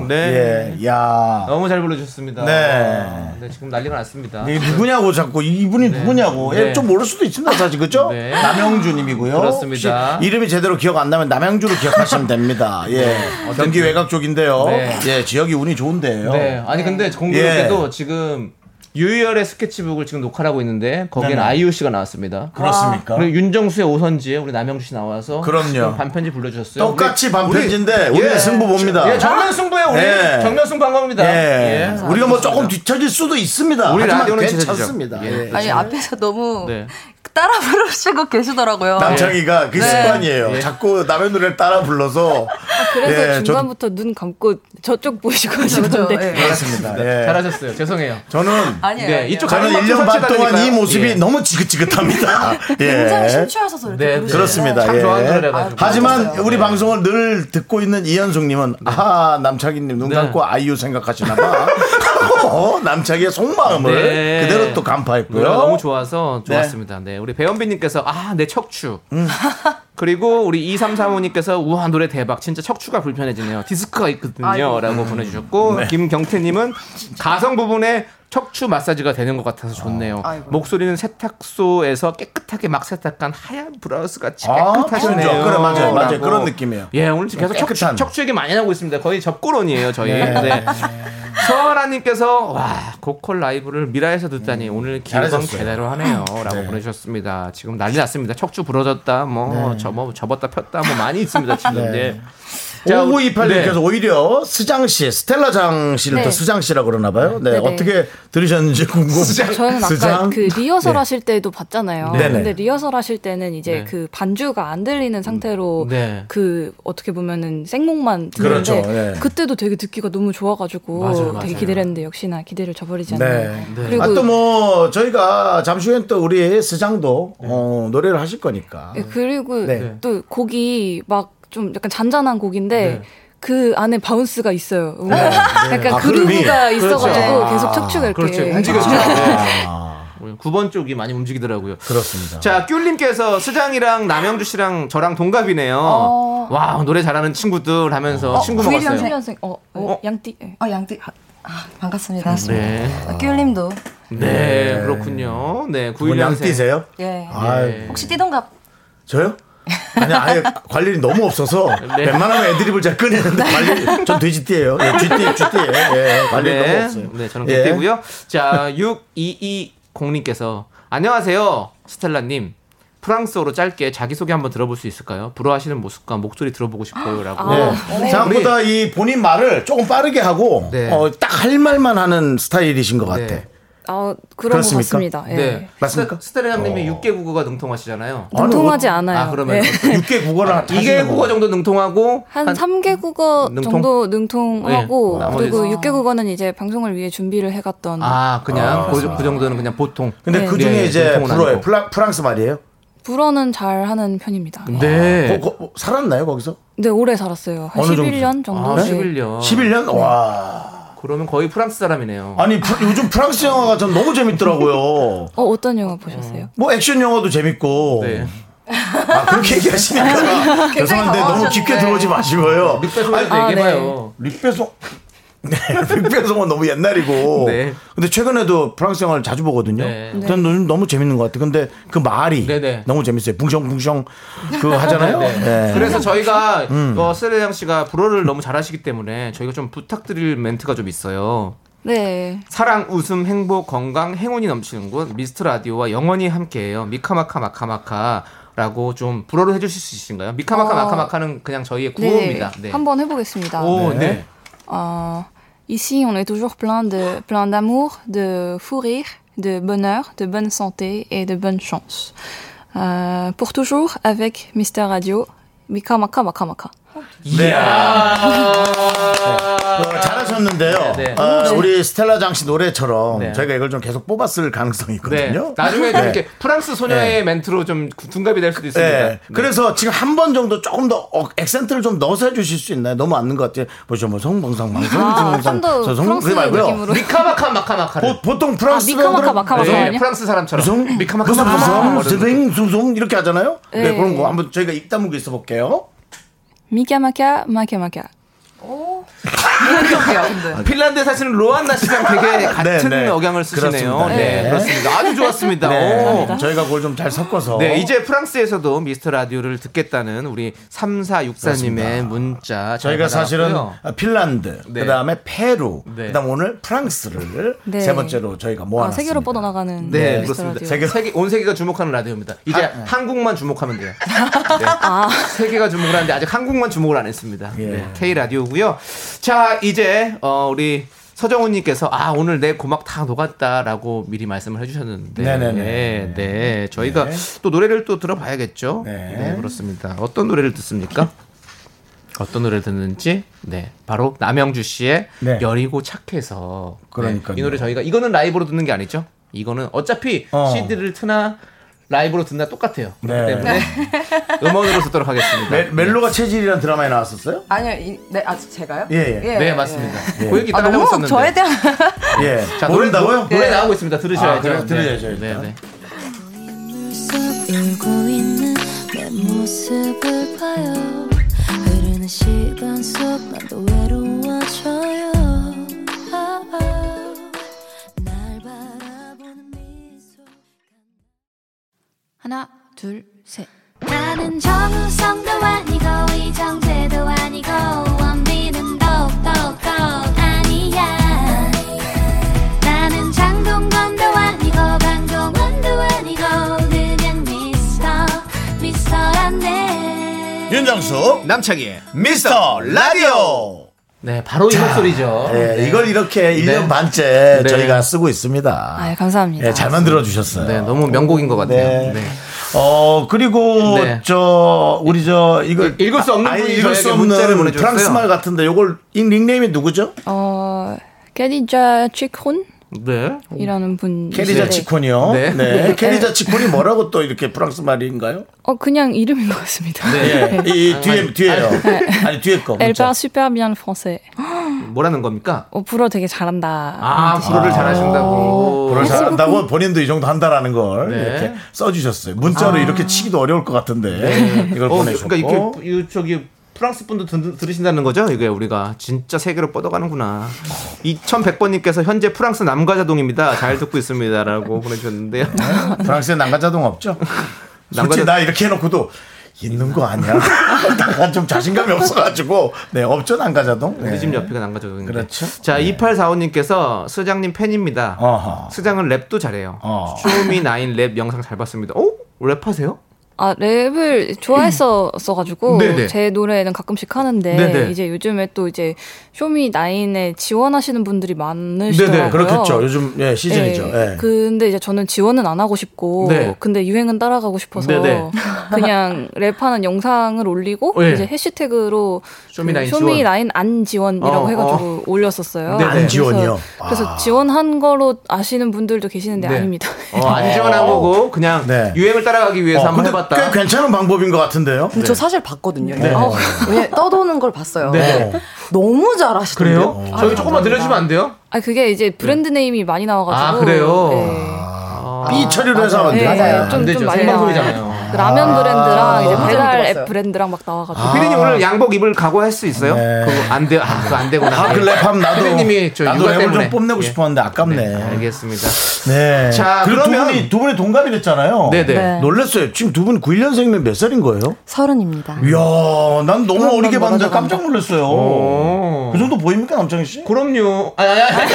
S2: 네.
S1: 예, 야.
S2: 너무 잘 불러주셨습니다.
S1: 네.
S2: 아, 네, 지금 난리가 났습니다.
S1: 이게 아. 누구냐고 자꾸 이분이 누구냐고
S2: 네.
S1: 예, 좀 모를 수도 있습니다 사실 그죠? 남영주님이고요.
S2: 그렇습니다.
S1: 혹시 이름이 제대로 기억 안 나면 남영주로 기억하시면 됩니다. 예, 경기 외곽 쪽인데요.
S2: 네.
S1: 예, 지역이 운이 좋은데요.
S2: 네. 아니 근데 공교롭게도
S1: 예.
S2: 지금 유열의 스케치북을 지금 녹화하고 를 있는데 거기는
S1: 네네.
S2: 아이유 씨가 나왔습니다.
S1: 그렇습니까?
S2: 그리고 윤정수의 오선지에 우리 남영주 씨 나와서
S1: 그럼요.
S2: 지금 반편지 불러주셨어요.
S1: 똑같이
S2: 우리-
S1: 반편지인데
S2: 네. 우리-
S1: 우리, 는 승부 봅니다.
S2: 예, 정면 승부예요. 우리
S1: 예.
S2: 정면 승부 한 겁니다.
S1: 예.
S2: 예.
S1: 우리가 뭐 조금 뒤처질 수도 있습니다.
S2: 우리
S1: 하지만
S2: 라디오는
S1: 괜찮습니다.
S2: 뒤처지죠. 예.
S1: 예.
S15: 아니 앞에서 너무
S2: 네.
S15: 따라 부르시고 계시더라고요.
S1: 남창희가 그
S15: 네.
S1: 습관이에요. 자꾸 남의 노래를 따라 불러서
S9: 그래서
S1: 예, 저도-
S9: 중간부터 눈 감고 저쪽 보시고 하시는데
S1: 그렇습니다. 예.
S2: 네. 잘하셨어요. 죄송해요.
S1: 저는
S15: 그렇죠. 아니에요,
S2: 네, 이쪽
S1: 저는
S2: 가는
S1: 1년 반
S2: 설치다
S1: 동안 이
S2: 보니까요.
S1: 모습이
S2: 예.
S1: 너무
S2: *laughs*
S1: 지긋지긋합니다. 예.
S15: 굉장히 심취하셔서 이렇게
S2: 네,
S15: 부르시는
S1: 그렇습니다.
S2: 참
S1: 예.
S2: 좋아하는 노래라가지고.
S1: 하지만
S2: 아,
S1: 우리
S2: 네.
S1: 방송을 늘 듣고 있는 이현숙님은 아 남창희님
S2: 네.
S1: 눈 감고 아이유 생각하시나봐. *laughs* 어, 남창희의 속마음을
S2: 네.
S1: 그대로 또 간파했고요.
S2: 노래가 너무 좋아서
S1: 네. 음.
S2: 좋았습니다. 네, 우리 배현빈님께서 아 내 척추. *laughs* 그리고 우리 2335님께서 우와 노래 대박 진짜 척추가 불편해지네요. 디스크가
S16: 아이고.
S1: 음.
S2: 있거든요라고 보내주셨고
S1: 네.
S2: 김경태님은 가성 부분에 척추 마사지가 되는 것 같아서 좋네요. 목소리는 세탁소에서 깨끗하게 막 세탁한 하얀 브라우스같이 깨끗하시네요.
S1: 그렇죠. 그래, 맞아요. 맞아요.
S2: 라고.
S1: 그런 느낌이에요.
S2: 예 오늘 지금 계속
S1: 깨끗한.
S2: 척추, 척추 얘기 많이 나오고 있습니다. 거의 접고론이에요 저희.
S1: 네.
S2: *laughs* 네. 서아라님께서 와 고퀄 라이브를 미라에서 듣다니 오늘 기광
S1: 음, 잘하셨어요.
S2: 제대로 하네요라고 보내주셨습니다. 지금 난리 났습니다. 척추 부러졌다, 뭐
S1: 네.
S2: 접어 접었다 폈다, 뭐 많이 있습니다 지금.
S1: 네.
S2: 네. 자,
S1: 5928님께서
S2: 네.
S1: 오히려 스장 씨, 스텔라 장 씨를
S9: 네.
S1: 또 스장 씨라 그러나 봐요. 네,
S9: 네네.
S1: 어떻게 들으셨는지 궁금해요.
S9: 저는 아까
S1: 스장?
S9: 그 리허설
S1: 네.
S9: 하실 때도 봤잖아요.
S1: 네네.
S9: 근데 리허설 하실 때는 이제
S1: 네. 음,
S9: 그 반주가 안 들리는 상태로
S2: 네.
S9: 그 어떻게 보면은 생목만
S1: 그렇죠.
S9: 듣는데
S1: 네.
S9: 그때도 되게 듣기가 너무 좋아가지고
S1: 맞아요,
S9: 되게
S1: 맞아요.
S9: 기대를 했는데 역시나 기대를 저버리지 않네요.
S1: 네.
S9: 그리고
S1: 아, 또 뭐, 저희가 잠시 후엔 또 우리 스장도 어, 노래를 하실 거니까.
S9: 네. 예, 그리고
S1: 네.
S9: 또 곡이 막 좀 약간 잔잔한 곡인데
S1: 네.
S9: 그 안에 바운스가 있어요. 뭔가
S1: 네, 네.
S9: 약간
S1: 아,
S9: 그루브가
S1: 그룹이. 아,
S9: 있어가지고
S2: 그렇죠.
S9: 계속 척추가 이렇게
S2: 그렇죠. 움직였죠.
S9: 아,
S2: 네. 9번 쪽이 많이 움직이더라고요.
S1: 그렇습니다.
S2: 자, 귤님께서 스장이랑 남영주 씨랑 저랑 동갑이네요.
S9: 어.
S2: 와, 노래 잘하는 친구들 하면서 친구 먹었어요.
S9: 9년생. 어, 어, 양띠.
S15: 어 양띠. 아, 아, 반갑습니다.
S2: 네.
S15: 아, 뀨님도.
S2: 네, 그렇군요. 네,
S1: 두분
S2: 9일
S1: 양띠세요?
S15: 예.
S1: 아유.
S15: 혹시 띠동갑?
S1: 저요? 아니, 아예 관리이 너무 없어서
S2: *laughs* 네.
S1: 웬만하면 애드립을 잘 끊는데 관리, 전 돼지띠예요. 예, 쥐띠, 쥐띠예요. 예, 관리
S2: 네.
S1: 너무 없어요.
S2: 네, 저는
S1: 예.
S2: 그때고요. 자, 6220님께서 안녕하세요, 스텔라님. 프랑스어로 짧게 자기소개 한번 들어볼 수 있을까요? 부러워하시는 모습과 목소리 들어보고 싶어요라고.
S9: 아,
S1: 네. 생각보다 이 본인 말을 조금 빠르게 하고
S2: 네.
S1: 어, 딱 할 말만 하는 스타일이신 것 같아.
S9: 아, 그런
S1: 그렇습니까?
S9: 것 같습니다. 예.
S1: 맞습니까?
S2: 네. 스테레남님이 6개 국어가 능통하시잖아요.
S9: 능통하지 않아요.
S2: 아, 그러면
S9: 네.
S1: 6개 국어를 한
S2: 2개 아, 국어 정도 능통하고
S9: 한, 3개 국어
S2: 능통?
S9: 정도 능통하고
S2: 네, 나머지-
S9: 그리고 6개 국어는 이제 방송을 위해 준비를 해갔던
S2: 아, 그냥
S1: 아,
S2: 그, 그 정도는 그냥 보통.
S1: 근데 그 중에
S2: 네,
S1: 이제
S2: 능통은
S1: 불어예요.
S2: 아니고.
S1: 플라, 프랑스 말이에요.
S9: 불어는 잘 하는 편입니다.
S2: 네.
S1: 거- 거- 살았나요 거기서?
S9: 네, 오래 살았어요. 한 11년 정도.
S2: 아,
S9: 네.
S2: 11년.
S1: 11년? 와.
S2: 그러면 거의 프랑스 사람이네요.
S1: 아니 프- 요즘 프랑스 영화가 전 너무 재밌더라고요.
S9: 어, 어떤 영화 보셨어요?
S1: 뭐 액션 영화도 재밌고.
S2: 네.
S1: 아 그렇게 얘기하시니까
S9: 굉장히
S1: 죄송한데 너무
S9: 당황하셨는데.
S1: 깊게 들어오지 마시고요.
S2: 립배송에도
S1: 아니,
S2: 얘기해봐요.
S1: 립배송. *laughs* 네, 빅배송은 너무 옛날이고.
S2: 네.
S1: 근데 최근에도 프랑스 영화를 자주 보거든요.
S2: 네.
S1: 저는 요즘 너무 재밌는 것 같아요. 근데 그 말이 너무 재밌어요. 붕성붕성
S2: *laughs*
S1: 그거 하잖아요.
S2: 네, 네.
S1: 네.
S2: 그래서 저희가
S1: 음.
S2: 어, 세레양 씨가 불어를 너무 잘하시기 때문에 저희가 좀 부탁드릴 멘트가 좀 있어요.
S9: 네.
S2: 사랑, 웃음, 행복, 건강, 행운이 넘치는 곳 미스트 라디오와 영원히 함께해요. 미카마카 마카마카. 라고 좀 불어로 해주실 수 있으신가요? 미카마카
S9: 어.
S2: 마카마카는 그냥 저희의 구호입니다. 네.
S9: 한번 해보겠습니다.
S2: 오, 네.
S9: Euh, ici, on est toujours plein de plein d'amour, de fou rire, de bonheur, de bonne santé et de bonne chance. Euh, pour toujours avec Mister Radio. Mika maka maka maka.
S1: 어, 잘하셨는데요.
S2: 네, 네.
S1: 어,
S2: 네.
S1: 우리 스텔라 장씨 노래처럼 저희가 이걸 좀 계속 뽑았을 가능성이 있거든요.
S2: 네. 나중에 좀
S1: 네.
S2: 이렇게 프랑스 소녀의 멘트로 좀 둔갑이 될 수도
S1: 예.
S2: 있습니다. 네.
S1: 그래서 지금 한 번 정도 조금 더 어, 액센트를 좀 넣어서 해주실 수 있나요? 너무 안 넣는 것 같아요. 보시죠, 뭐 성방상 방송,
S2: 아,
S1: 성방상,
S2: 좀더
S1: 저성
S2: 프랑스
S1: 그게 말고요.
S2: 느낌으로. 미카마카 마카마카.
S1: 보, 통 프랑스
S2: 아, 미카마카 마카마카 아니에요?
S1: 네,
S2: 프랑스 사람처럼.
S1: 무슨
S2: 미카마카
S1: 무슨
S2: 마카마카
S1: 무슨
S2: 이러면서.
S1: 스뱅 숭숭 이렇게 하잖아요. 네.
S9: 네.
S1: 그런 거 한번 저희가 입 다물고 있어 볼게요.
S9: Mika maka maka maka.
S2: 어? 아, 네. 핀란드에 사시는 로안나 씨랑
S1: *laughs*
S2: 되게 같은 억양을 쓰시네요.
S1: 네, 그렇습니다.
S2: 네,
S1: 네.
S2: 그렇습니다. 아주 좋았습니다.
S1: *laughs* 네.
S2: 오.
S1: 저희가 그걸 좀 잘 섞어서.
S2: 네, 이제 프랑스에서도 미스터 라디오를 듣겠다는 우리 3464님의
S1: 그렇습니다.
S2: 문자. 잘
S1: 저희가 사실은
S2: 받았고요.
S1: 핀란드,
S2: 네.
S1: 그다음에 페루,
S2: 네.
S1: 그다음 오늘 프랑스를
S9: *laughs* 네.
S1: 세 번째로 저희가
S9: 아,
S1: 모아놨습니다.
S9: 세계로 뻗어나가는
S2: 네,
S9: 미스터
S2: 그렇습니다.
S9: 라디오.
S2: 세계, 세계- 온 세계가 주목하는 라디오입니다. 이제
S9: 아, 네.
S2: 한국만 주목하면 돼요.
S9: *laughs*
S2: 네.
S9: 아.
S2: 세계가 주목을 하는데 아직 한국만 주목을 안 했습니다.
S1: 예.
S2: 네, K 라디오고요. 자, 이제 어, 우리 서정훈님께서 아 오늘 내 고막 다 녹았다라고 미리 말씀을 해주셨는데,
S1: 네네네.
S2: 네, 네. 저희가 또 노래를 또 들어봐야겠죠.
S1: 네.
S2: 네, 그렇습니다. 어떤 노래를 듣습니까? 어떤 노래를 듣는지 네 바로 남영주 씨의
S1: 네.
S2: 여리고 착해서 네,
S1: 그러니까요.
S2: 이 노래 저희가 이거는 라이브로 듣는 게 아니죠 이거는 어차피
S1: 어.
S2: CD를 트나 라이브로 듣나 똑같아요
S1: 네.
S2: 그렇기
S17: *laughs*
S2: 때문에 음원으로 듣도록 하겠습니다
S1: 멜- 멜로가 체질이라는 드라마에 나왔었어요?
S17: 아니요, 이- 네, 아 제가요?
S1: 예, 예.
S2: 네, 맞습니다
S1: 예.
S2: 그 얘기
S17: 아,
S2: 따라 하고
S17: 너무
S2: 있었는데
S17: 저에 대한 *laughs*
S1: 예.
S2: 자 노래,
S1: 모른다고요?
S2: 노래, 노래
S1: 예.
S2: 나오고 있습니다
S1: 아,
S2: 들으셔야죠
S1: 그래요? 들으셔야죠,
S2: 네, 네.
S10: 속그 울고 있는 내 모습을 봐요 흐르는 시간 속 나도 외로워져요 아, 아. 날 바라보는 미소
S18: 하나, 둘, 셋.
S6: 나는 정우성도 아니고 이정재도 아니고 원빈은 더욱더 아니야 나는 장동건도 아니고 강동원도 아니고 그냥 미스터 미스터란데
S1: 예. 윤정수
S2: 남창희
S1: 미스터 라디오.
S2: 네 바로 이 목소리죠
S1: 예,
S2: 네.
S1: 이걸 이렇게 일 1년 반째 저희가 쓰고 있습니다.
S18: 아, 감사합니다.
S1: 예, 잘 만들어 주셨어요.
S2: 네, 너무 명곡인 것
S1: 네.
S2: 같네요 네.
S1: 어 그리고
S2: 네.
S1: 저 우리 저 이걸
S2: 읽을 수 없는
S1: 아예
S2: 분이
S1: 읽을 수
S2: 저에게 문자를
S1: 없는
S2: 보내주셨어요.
S1: 프랑스 말 같은데 요걸 이 닉네임이 누구죠?
S9: 어, 캐디자 치크론?
S2: 네.
S9: 이라는 분.
S1: 캐리자
S9: 네.
S1: 치콘이요.
S2: 네.
S1: 네.
S9: 네.
S1: 캐리자 치콘이 뭐라고 또 이렇게 프랑스 말인가요?
S9: 어, 그냥 이름인 것 같습니다.
S1: 네.
S2: 아,
S1: 이, 이 뒤에 뒤에요.
S2: 네.
S1: 아니 뒤에 거.
S9: Elle
S1: 문자.
S9: parle super bien le français.
S2: 뭐라는 겁니까?
S9: 어, 불어 되게 잘한다.
S2: 아 불어를 잘하신다고
S1: 그걸 잘한다고 본인도 이 정도 한다라는 걸
S2: 네.
S1: 이렇게 써주셨어요. 문자로
S2: 아.
S1: 이렇게 치기도 어려울 것 같은데 이걸
S2: 어,
S1: 보내셨고.
S2: 그러니까 이렇게 이 저기 프랑스 분도 들- 들으신다는 거죠? 이게 우리가 진짜 세계로 뻗어가는구나. 2100번님께서 현재 프랑스 남가자동입니다. 잘 듣고 있습니다라고 보내주셨는데요.
S1: *laughs* 프랑스에 남가자동 없죠? 솔직히
S2: 남가자-
S1: 나 이렇게 해놓고도 있는 거 아니야? *laughs* 나가 좀 자신감이 없어가지고 네 없죠 남가자동.
S2: 우리 집
S1: 네.
S2: 옆이가 남가자동인데.
S1: 그렇죠.
S2: 자 2845님께서 스장님 팬입니다.
S1: 어허. 어.
S2: 스장은 랩도 잘해요. 쇼미 나인 랩 영상 잘 봤습니다. 어? 랩하세요?
S9: 아, 랩을 좋아했었어가지고,
S2: 음. 네네.
S9: 제 노래는 가끔씩 하는데,
S2: 네네.
S9: 이제 요즘에 또 이제 쇼미나인에 지원하시는 분들이 많으시더라고요.
S1: 네네 그렇겠죠. 요즘 예 시즌이죠.
S9: 예.
S1: 예.
S9: 근데 이제 저는 지원은 안 하고 싶고,
S1: 네.
S9: 근데 유행은 따라가고 싶어서,
S1: 네네.
S9: 그냥 랩하는 영상을 올리고,
S2: 예.
S9: 이제 해시태그로
S2: 쇼미나인
S9: 그 쇼미나인 안 지원이라고
S2: 어,
S9: 해가지고 올렸었어요.
S2: 네네. 안
S9: 그래서-
S2: 지원이요? 아.
S9: 그래서 지원한 거로 아시는 분들도 계시는데
S2: 네.
S9: 아닙니다. *laughs*
S2: 어, 안지원한 거고 그냥 유행을 따라가기 위해서
S1: 어,
S2: 한번
S1: 근데
S2: 해봤다.
S1: 꽤 괜찮은 방법인 것 같은데요.
S17: 근데 저 사실 봤거든요.
S1: 네.
S17: 어, 왜냐면 떠도는 걸 봤어요.
S2: 네.
S17: 너무 잘하시던데요.
S1: 어.
S2: 그래요? 저희 조금만 들려주면 안 돼요?
S9: 아 그게 이제 브랜드 네임이 많이
S2: 아
S9: 나와가지고.
S2: 그래요.
S17: 아,
S1: 삐 처리를 해서 하면 안
S9: 네,
S1: 돼요.
S9: 맞아요. 좀,
S2: 안 되죠.
S9: 좀 많이
S2: 생방송이잖아요.
S9: 나와요. 그 라면 브랜드랑 이제 배달 앱 브랜드랑 막
S1: 아.
S9: 나와가지고.
S2: 그 피디님 오늘 양복 입을 각오할 수 있어요? 그거 안 돼, 아, 그거 안 되구나.
S1: 네. 아, 그 랩하면 나도
S2: 피디님이 저
S1: 나도
S2: 육아
S1: 랩을
S2: 때문에. 예.
S1: 좀 뽐내고 싶었는데 아깝네.
S2: 알겠습니다.
S1: 네.
S2: 자,
S1: 그리고
S2: 그러면-
S1: 두 분이 두 분이 동갑이랬잖아요.
S2: 네네.
S17: 네.
S1: 놀랐어요. 지금 두 분 91년생이면 몇 살인 거예요?
S17: 서른입니다.
S2: 음.
S1: 이야, 난 너무
S17: 그럼
S1: 어리게
S17: 난
S1: 봤는데
S17: 맞아,
S1: 깜짝 놀랐어요. 그 정도 보입니까, 남창희 씨?
S2: 그럼요. 아니, 아니, 아니.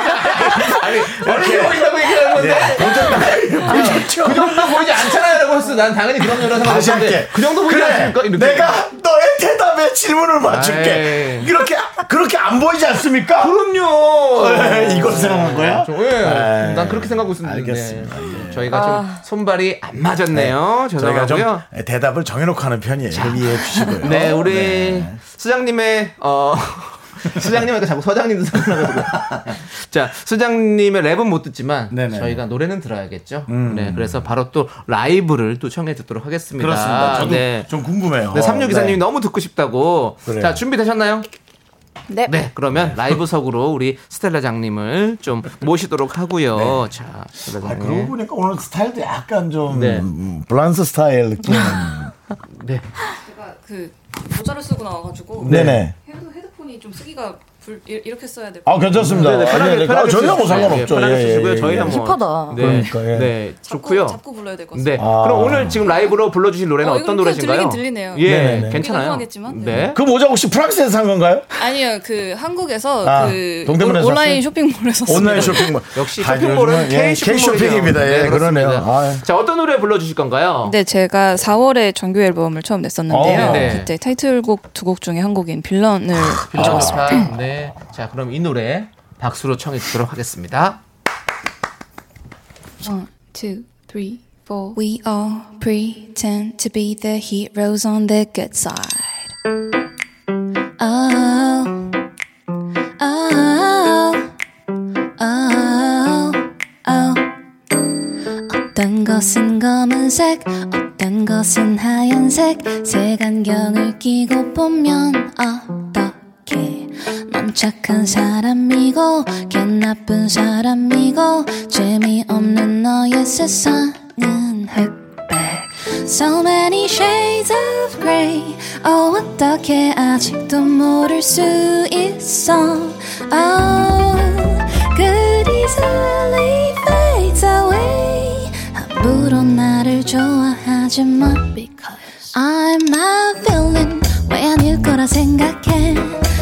S1: 네.
S2: 아니,
S1: *laughs*
S2: 어떻게 보인다고 얘기하는 건데. 그 정도 보이지 않잖아요. 라고 했어. 난 당연히 그럼요라고
S1: 네. 다시
S2: 생각했는데.
S1: 할게.
S2: 그 정도 보이지
S1: 그래,
S2: 않습니까? 이렇게.
S1: 내가 너의 대답에 질문을 맞출게.
S2: 아이. 예,
S1: 이렇게 그렇게 안 보이지 않습니까?
S2: 그럼요.
S1: 네, 이걸 생각한 거야?
S2: 저, 예.
S1: 에이,
S2: 난 그렇게 생각하고 있었는데.
S1: 알겠습니다.
S2: 저희가 좀
S1: 아.
S2: 손발이 안 맞았네요.
S1: 저희가
S2: 죄송하고요.
S1: 좀 대답을 정해놓고 하는 편이에요. 이해해 주시고요.
S2: 네, 우리 수장님의 어 *laughs* 수장님한테 자꾸
S1: *laughs*
S2: 서장님도 생각나거든요. 자, 수장님의 랩은 못 듣지만 저희가 노래는 들어야겠죠.
S1: 음.
S2: 네, 그래서 바로 또 라이브를 또 청해 듣도록 하겠습니다.
S1: 그렇습니다. 저도
S2: 네.
S1: 좀 궁금해요.
S2: 네, 3624님이
S1: 네.
S2: 너무 듣고 싶다고.
S1: 그래요.
S2: 자, 준비되셨나요?
S9: 네.
S2: 네, 그러면 라이브석으로 우리 스텔라 장님을 좀 모시도록 하고요. 자, 스텔라
S1: 아,
S2: 장님.
S1: 그러고 보니까 오늘 스타일도 약간 좀
S2: 네.
S1: 음, 블란스 스타일 느낌.
S2: 네.
S18: 제가 그 모자를 쓰고 나와가지고
S1: 음. 네네.
S18: 헤드- 헤드폰을
S9: 핸드폰이 좀 쓰기가 불, 이- 이렇게 써야 될
S1: 아, 괜찮습니다.
S2: 네네,
S1: 아니, 아니,
S2: 편하게
S1: 아, 전혀
S2: 쓰시고요.
S1: 뭐 상관없죠.
S2: 예, 편하게
S1: 예, 예,
S2: 쓰시고요.
S1: 예,
S2: 저희가 뭐.
S1: 예. 힙하다.
S2: 네.
S1: 그러니까, 예.
S2: 네. 좋고요. 잡고
S9: 불러야 될 것
S2: 같아요. 네.
S1: 아.
S2: 그럼 오늘 지금 라이브로 불러주신 노래는
S9: 어,
S2: 어떤
S9: 이거 그냥
S2: 노래신가요?
S9: 들리긴 들리네요.
S2: 예,
S9: 네네네. 이거
S2: 괜찮아요.
S9: 궁금하겠지만,
S2: 네.
S1: 그 모자 혹시 프랑스에서 산 건가요?
S9: 아니요, 그 한국에서
S1: 아,
S9: 그
S1: 동대문에서 샀어요?
S9: 온라인 쇼핑몰에 샀어요.
S1: 온라인 쇼핑몰.
S2: 역시
S1: 아,
S2: 쇼핑몰은
S1: 요즘은, 예,
S2: K 쇼핑몰입니다.
S1: K-쇼핑입니다. 예, 그러네요.
S2: 자 어떤 노래 불러주실 건가요?
S9: 네, 제가 4월에 정규 앨범을 처음 냈었는데요.
S2: 어, 네.
S9: 그때 타이틀곡 두 곡 중에 한 곡인 빌런을
S1: 아.
S2: 빌런
S9: 불러줬습니다.
S2: 역할. 네. 자 그럼 이 노래 박수로 청해 주도록 하겠습니다.
S19: One, two, three, four. We all pretend to be the heroes on the good side.
S10: Oh, oh, oh, oh. 어떤 것은 검은색, 어떤 것은 하얀색. 색안경을 끼고 보면 어떻게? 넌 착한 사람이고, 걔 나쁜 사람이고, 재미없는 너의 세상은 흑. So many shades of grey. Oh, 어떻게 아직도 모를 수 있어. Oh, could easily fades away. 함부로 나를 좋아하지 마. Because I'm not feeling 왜 아닐 거라 생각해.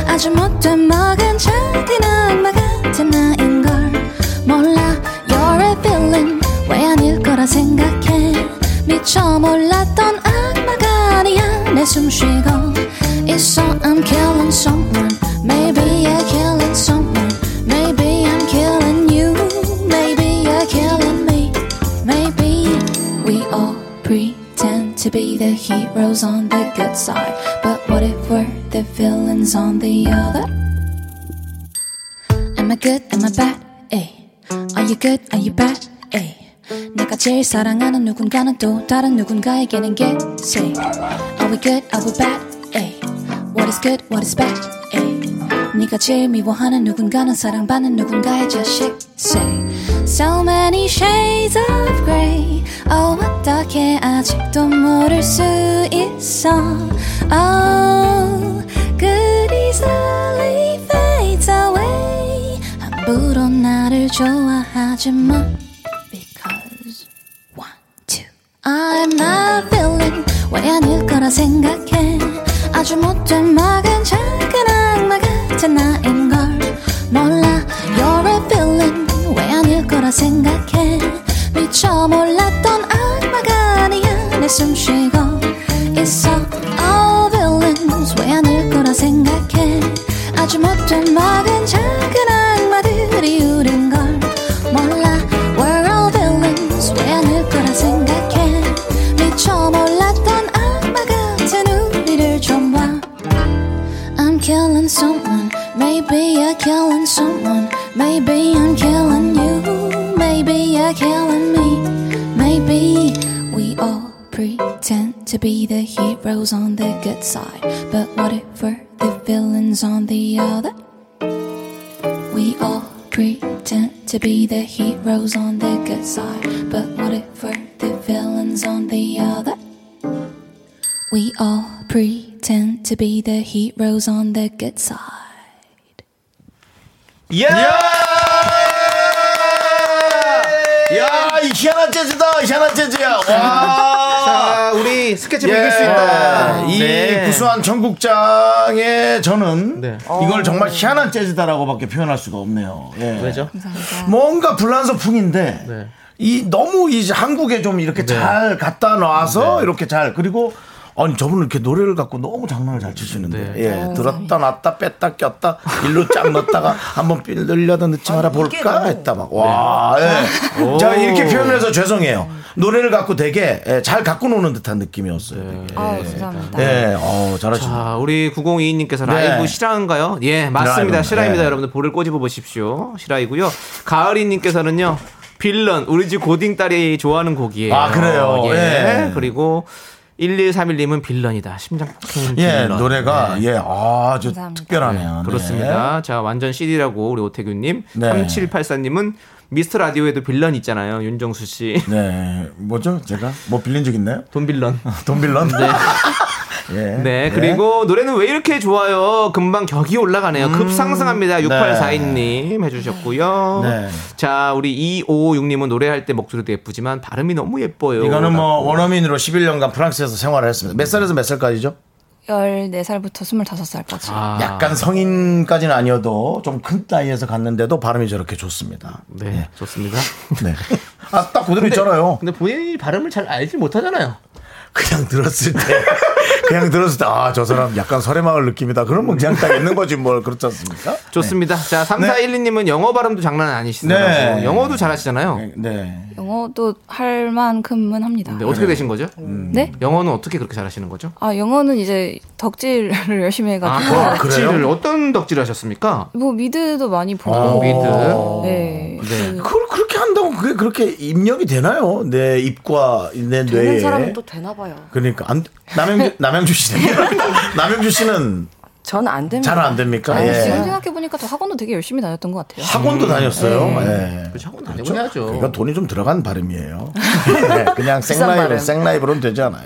S10: 아주 못된 먹은 착이나 엄마 같은 나인걸. 몰라, you're a villain. 왜 아닐 거라 생각해. 미처 몰랐던 악마가 아니야. 내 숨 쉬고 있어. I'm killing someone. Maybe I'm killing someone. Maybe I'm killing you. Maybe you're killing me. Maybe we all pretend to be the heroes on the good side. But what if we're the villains on the other? Am I good? Am I bad? Ay. Are you good? Are you bad? Ay. 내가 제일 사랑하는 누군가는 또 다른 누군가에게는 get sick. Are we good? Are we bad? Ay. What is good? What is bad? Ay. 네가 제일 미워하는 누군가는 사랑받는 누군가의 자식. Say. So many shades of grey. Oh, 어떻게 아직도 모를 수 있어. Oh, could easily fades away. 함부로 나를 좋아하지 마. Because one, two. I'm not feeling 왜 아닐 거라 생각해. 아주 못된 막은 작은 악마 같은 나인 걸 몰라. You're a villain 왜 아닐 거라 생각해. 미처 몰랐던 악마가 아니야. 내 숨 쉬고 있어. All villains 왜 아닐 거라 생각해. 아주 못된 막은 작은 악마들이 우린 걸 몰라 We're all villains 왜 아닐 거라 생각해 미처 몰랐던 악마 같은 우리를 좀 봐 I'm killing someone Maybe you're killing someone Maybe I'm killing you Maybe you're killing me Maybe we all pretend to be the heroes on the good side But what if we're the villains on the other? We all pretend to be the heroes on the good side, but what if we're the villains on the other? We all pretend to be the heroes on the good side.
S2: 예!
S1: 야, 이 희한한 재즈다, 희한한 재즈야. 와.
S2: 자, 우리 스케치북
S1: 예.
S2: 이길 수 있다.
S1: 이
S2: 네.
S1: 구수한 전국장에 저는
S2: 어.
S1: 이걸 정말 희한한 재즈다라고밖에 표현할 수가 없네요. 예.
S2: 왜죠?
S1: 뭔가 불란서풍인데
S2: 네.
S1: 이 너무 이제 한국에 좀 이렇게 잘 갖다 놔서
S2: 네.
S1: 이렇게 잘 그리고 아니 저분은 이렇게 노래를 갖고 너무 장난을 잘 치시는데
S2: 네.
S1: 예
S20: 어,
S1: 들었다 놨다 뺐다 꼈다 일로 쫙 넣었다가 한번 삐- 늘려다 넣지 말아 볼까 했다 막와
S2: 네.
S20: 오.
S1: 예. 제가 이렇게 표현해서 죄송해요 노래를 갖고 되게 예, 잘 갖고 노는 듯한 느낌이었어요 되게.
S21: 아,
S9: 아.
S2: 감사합니다.
S1: 예, 어, 잘하시네.
S2: 네. 자, 우리 9022님께서
S1: 네.
S2: 라이브 실화인가요? 예, 맞습니다.
S1: 라이브입니다.
S2: 실화입니다.
S1: 네.
S2: 여러분들 볼을 꼬집어 보십시오. 실화이고요. 가을이님께서는요. 빌런 우리 집 고딩 딸이 좋아하는 곡이에요.
S1: 아, 그래요?
S2: 예.
S1: 예.
S2: 그리고 1131님은 빌런이다. 심장 폭행.
S1: 예,
S2: 빌런.
S1: 노래가 예, 아주 특별하네요. 네.
S2: 그렇습니다. 자, 완전 CD라고 우리 오태규님.
S1: 네.
S2: 3784님은 미스터 라디오에도 빌런 있잖아요. 윤정수 씨.
S1: 네, 뭐죠? 제가 뭐 빌린 적 있나요? *laughs*
S2: 돈 빌런.
S1: 돈 빌런? 예.
S2: 네. *laughs* 네, 그리고 노래는 왜 이렇게 좋아요? 금방 격이 음. 올라가네요. 급상승합니다. 6842님 해주셨고요.
S1: 네.
S2: 자, 우리 2556님은 노래할 때 목소리도 예쁘지만 발음이 너무 예뻐요.
S1: 이거는 뭐 원어민으로 11년간 프랑스에서 생활을 했습니다. 몇 살에서 몇 살까지죠?
S21: 14살부터
S2: 아.
S21: 25살까지.
S1: 약간 성인까지는 아니어도 좀 큰 나이에서 갔는데도 발음이 저렇게 좋습니다. 예.
S2: 네, 좋습니다.
S1: 네. 아, 딱 그대로 있잖아요.
S2: *laughs* 근데 본인이 발음을 잘 알지 못하잖아요.
S1: 그냥 들었을 때 *laughs* 그냥 들었을 때 아 저 사람 약간 설의 마을 느낌이다. 그러면 그냥 딱 있는 거지 뭘 그렇지 않습니까?
S2: 좋습니다. 자, 3412님은 영어 발음도 장난 아니시네요.
S1: 네.
S2: 영어도 잘하시잖아요.
S1: 네.
S21: 영어도 할 만큼은 합니다.
S2: 근데 어떻게 음. 되신 거죠?
S21: 네?
S2: 영어는 어떻게 그렇게 잘하시는 거죠?
S21: 아, 영어는 이제 덕질을 *laughs* 열심히 해가지고.
S2: 아, 덕질을 어떤 덕질을 하셨습니까?
S21: 뭐 미드도 많이 보고.
S1: 어.
S2: 아,
S1: 미드.
S2: 어.
S21: 네.
S1: 그걸 그렇게 한다고 그게 그렇게 입력이 되나요? 내 입과 내
S9: 되는
S1: 뇌에.
S9: 사람은 또 되나 봐요.
S1: 그러니까 안, 남영주 남영주 씨는 남영주 씨는
S9: 저는 안 됩니다.
S1: 잘 안 됩니까?
S21: 아니,
S1: 예.
S21: 지금 생각해보니까 또 학원도 되게 열심히 다녔던 것 같아요.
S1: 학원도 다녔어요.
S21: 네.
S1: 예.
S2: 학원
S1: 다니고
S2: 해야죠.
S1: 그러니까 돈이 좀 들어간 발음이에요. 네, 그냥
S2: 비싼
S1: 생라이브로
S2: 발음.
S1: 생라이브로는 되지 않아요.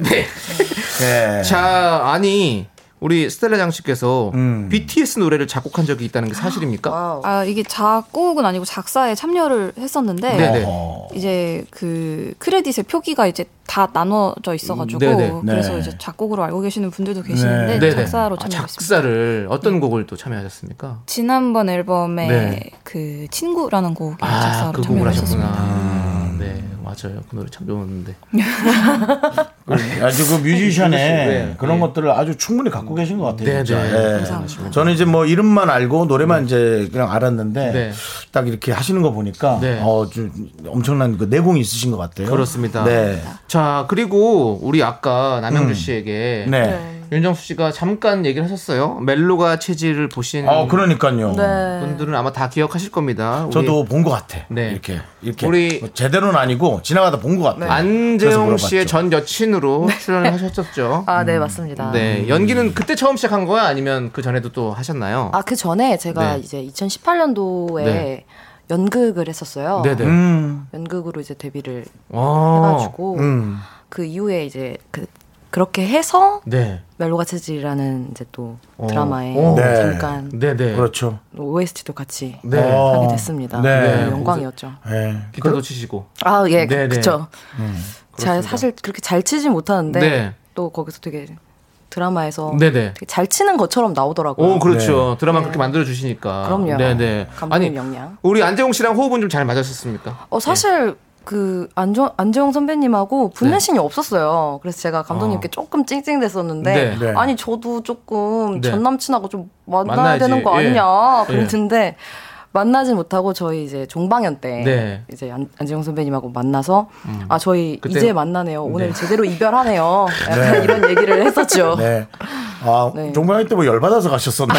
S1: 예.
S2: 자, 아니 우리 스텔라 장씨께서
S1: 음.
S2: BTS 노래를 작곡한 적이 있다는 게 사실입니까?
S21: 아, 이게 작곡은 아니고 작사에 참여를 했었는데.
S2: 네네.
S21: 이제 그 크레딧의 표기가 이제 다 나눠져 있어가지고
S2: 네네.
S21: 그래서
S2: 네.
S21: 이제 작곡으로 알고 계시는 분들도 계시는데
S2: 네네.
S21: 작사로
S2: 아,
S21: 참여했습니다. 음.
S2: 작사를 어떤 곡을 또 참여하셨습니까?
S21: 지난번 앨범에
S2: 네.
S21: 그 친구라는 곡
S2: 아,
S21: 작사로
S2: 그 곡을 하셨구나.
S21: 참여했었습니다. 음.
S2: 아, 네, 맞아요. 그 노래 참 좋았는데.
S1: 그 아주 그 뮤지션의
S2: 네,
S1: 그런 것들을 아주 충분히 갖고 계신 것 같아요.
S2: 네,
S1: 진짜.
S2: 네.
S1: 예.
S2: 감사합니다.
S1: 저는 이제 뭐 이름만 알고 노래만 이제 그냥 알았는데
S2: 네.
S1: 딱 이렇게 하시는 거 보니까
S2: 네.
S1: 어, 좀 엄청난 그 내공이 있으신 것 같아요.
S2: 그렇습니다.
S1: 네.
S2: 자, 그리고 우리 아까 남영주
S1: 음.
S2: 씨에게
S1: 네. 네.
S2: 윤정수 씨가 잠깐 얘기를 하셨어요. 멜로가 체질을 보신
S1: 어, 그러니까요. 네.
S2: 분들은 아마 다 기억하실 겁니다. 우리 네.
S1: 저도 본 것 같아. 이렇게 이렇게 뭐 제대로는 아니고 지나가다 본 것
S9: 네.
S1: 같아. 그래서
S2: 안재홍
S1: 물어봤죠.
S2: 씨의 전 여친으로 출연을 하셨었죠.
S9: 아, 네, *laughs* 맞습니다.
S2: 네, 연기는 그때 처음 시작한 거야? 아니면 그 전에도 또 하셨나요?
S9: 아, 그 전에 제가
S2: 네.
S9: 이제 2018년도에
S2: 네.
S9: 연극을 했었어요.
S2: 네네.
S1: 음.
S9: 연극으로 이제 데뷔를
S2: 아,
S9: 해가지고 그 이후에 이제 그, 그렇게 해서
S2: 네.
S9: 멜로가 체질이라는 이제 또
S2: 어.
S9: 드라마에
S2: 어. 네.
S9: 잠깐
S2: 네네.
S1: 그렇죠. 어.
S9: OST도 같이
S2: 네.
S9: 하게 됐습니다.
S2: 네.
S9: 네,
S2: 네.
S9: 영광이었죠.
S2: 기타도 치시고.
S9: 아, 예, 그-
S2: 네네. 음,
S9: 그쵸. 잘
S2: 그렇습니다.
S9: 사실 그렇게 잘 치진 못하는데
S2: 네.
S9: 또 거기서 되게 드라마에서
S2: 네네.
S9: 되게 잘 치는 것처럼 나오더라고요.
S1: 네.
S2: 오, 그렇죠. 드라마 그렇게 만들어 주시니까.
S9: 네. 그럼요.
S2: 네네.
S9: 감독님
S2: 아니, 네.
S9: 역량.
S2: 우리 안재홍 씨랑 호흡은 좀 잘 맞았었습니까?
S9: 어 사실 그 안정 안재홍 선배님하고 붙는
S2: 네.
S9: 신이 없었어요. 그래서 제가 감독님께 조금 찡찡댔었는데
S2: 네. 네.
S9: 아니 저도 조금
S2: *laughs* 네.
S9: 전 남친하고 좀 만나야
S2: 만나야지.
S9: 되는 거
S2: 예.
S9: 아니냐
S2: 예.
S9: 그랬는데 만나진 못하고 저희 이제 종방연 때
S2: 네.
S9: 이제 안, 안재홍 선배님하고 만나서
S2: 음.
S9: 아 저희
S2: 그때-
S9: 이제 만나네요. 오늘
S2: 네.
S9: 제대로 이별하네요. 약간
S1: 네.
S9: 이런 얘기를 했었죠.
S1: 네. 아, 종방이 때뭐 열받아서 가셨었나?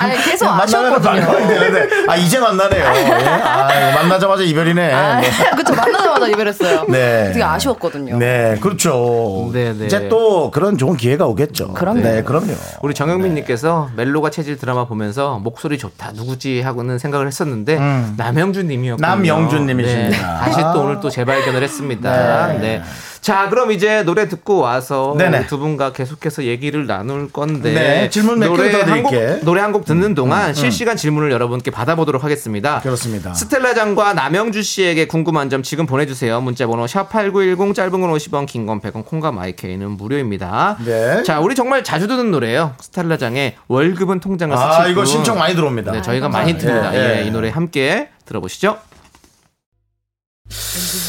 S9: 아니 계속
S1: 네, 만나면
S9: 아셨거든요.
S1: 만나면 되는데 아 이제 만나네요. 예. 아, 만나자마자 이별이네.
S9: 아,
S1: 네.
S9: *laughs* 그쵸 만나자마자 이별했어요.
S1: 네.
S9: 되게 아쉬웠거든요.
S1: 네, 그렇죠.
S2: 네.
S1: 이제 또 그런 좋은 기회가 오겠죠.
S9: 그럼요.
S1: 네, 그럼요.
S2: 우리
S1: 네.
S2: 정영민님께서 멜로가 체질 드라마 보면서 목소리 좋다 누구지 하고는 생각을 했었는데
S1: 음.
S2: 남영준님이었군요.
S1: 남영준님이십니다.
S2: 네, 다시
S1: 아.
S2: 또 오늘 또 재발견을 했습니다. 네. 자 그럼 이제 노래 듣고 와서
S1: 네네.
S2: 우리 두 분과 계속해서 얘기를 나눌 건데
S1: 네, 질문 몇개
S2: 노래
S1: 더
S2: 한 곡-
S1: 드릴게.
S2: 노래 한 곡 듣는 동안
S1: 음, 음.
S2: 실시간 질문을 여러분께 받아보도록 하겠습니다.
S1: 그렇습니다.
S2: 스텔라 장과 남영주 씨에게 궁금한 점 지금 보내주세요. 문자번호 샵 #8910 짧은 건 50원, 긴 건 100원, 콩과 마이케이는 무료입니다.
S1: 네.
S2: 자, 우리 정말 자주 듣는 노래예요. 스텔라 장의 월급은 통장을
S1: 아,
S2: 스치고.
S1: 이거 신청 많이 들어옵니다.
S2: 네, 저희가 많이 듭니다.
S1: 예,
S2: 예,
S1: 예.
S2: 이 노래 함께 들어보시죠.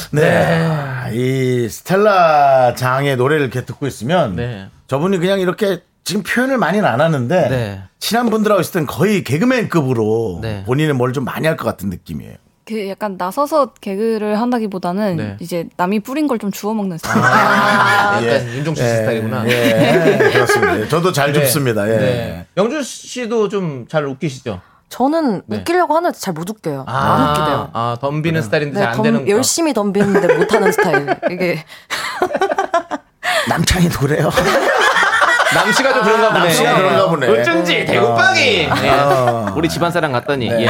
S1: 네. 이 스텔라 장의 노래를 이렇게 듣고 있으면
S2: 네.
S1: 저분이 그냥 이렇게 지금 표현을 많이는 안 하는데
S2: 네.
S1: 친한 분들하고 있을 땐 거의 개그맨급으로 본인은 뭘 좀 많이 할 것 같은 느낌이에요.
S21: 그 약간 나서서 개그를 한다기보다는
S1: 네.
S21: 이제 남이 뿌린 걸 좀 주워 먹는 스타일.
S9: 아.
S2: 아, 약간 윤종신 씨 스타일이구나.
S1: 예, 그렇습니다. 저도 잘
S2: 네.
S1: 줍습니다. 예.
S2: 네. 영준 씨도 좀 잘 웃기시죠?
S9: 저는
S2: 네.
S9: *laughs* 웃기려고 하는데 잘 못 웃겨요. 안 웃기대요.
S2: 아, 덤비는 스타일인데 잘 안
S9: 덤-
S2: 되는 거.
S9: 열심히 덤비는데 못하는 스타일. 이게
S1: 남창이 노래요.
S2: *laughs* 남씨가 좀 그런가 보네.
S1: 남씨가 그런가 보네.
S2: 어쩐지 대구빵이.
S1: 아.
S2: 예. 우리 집안 사람 같더니. 예.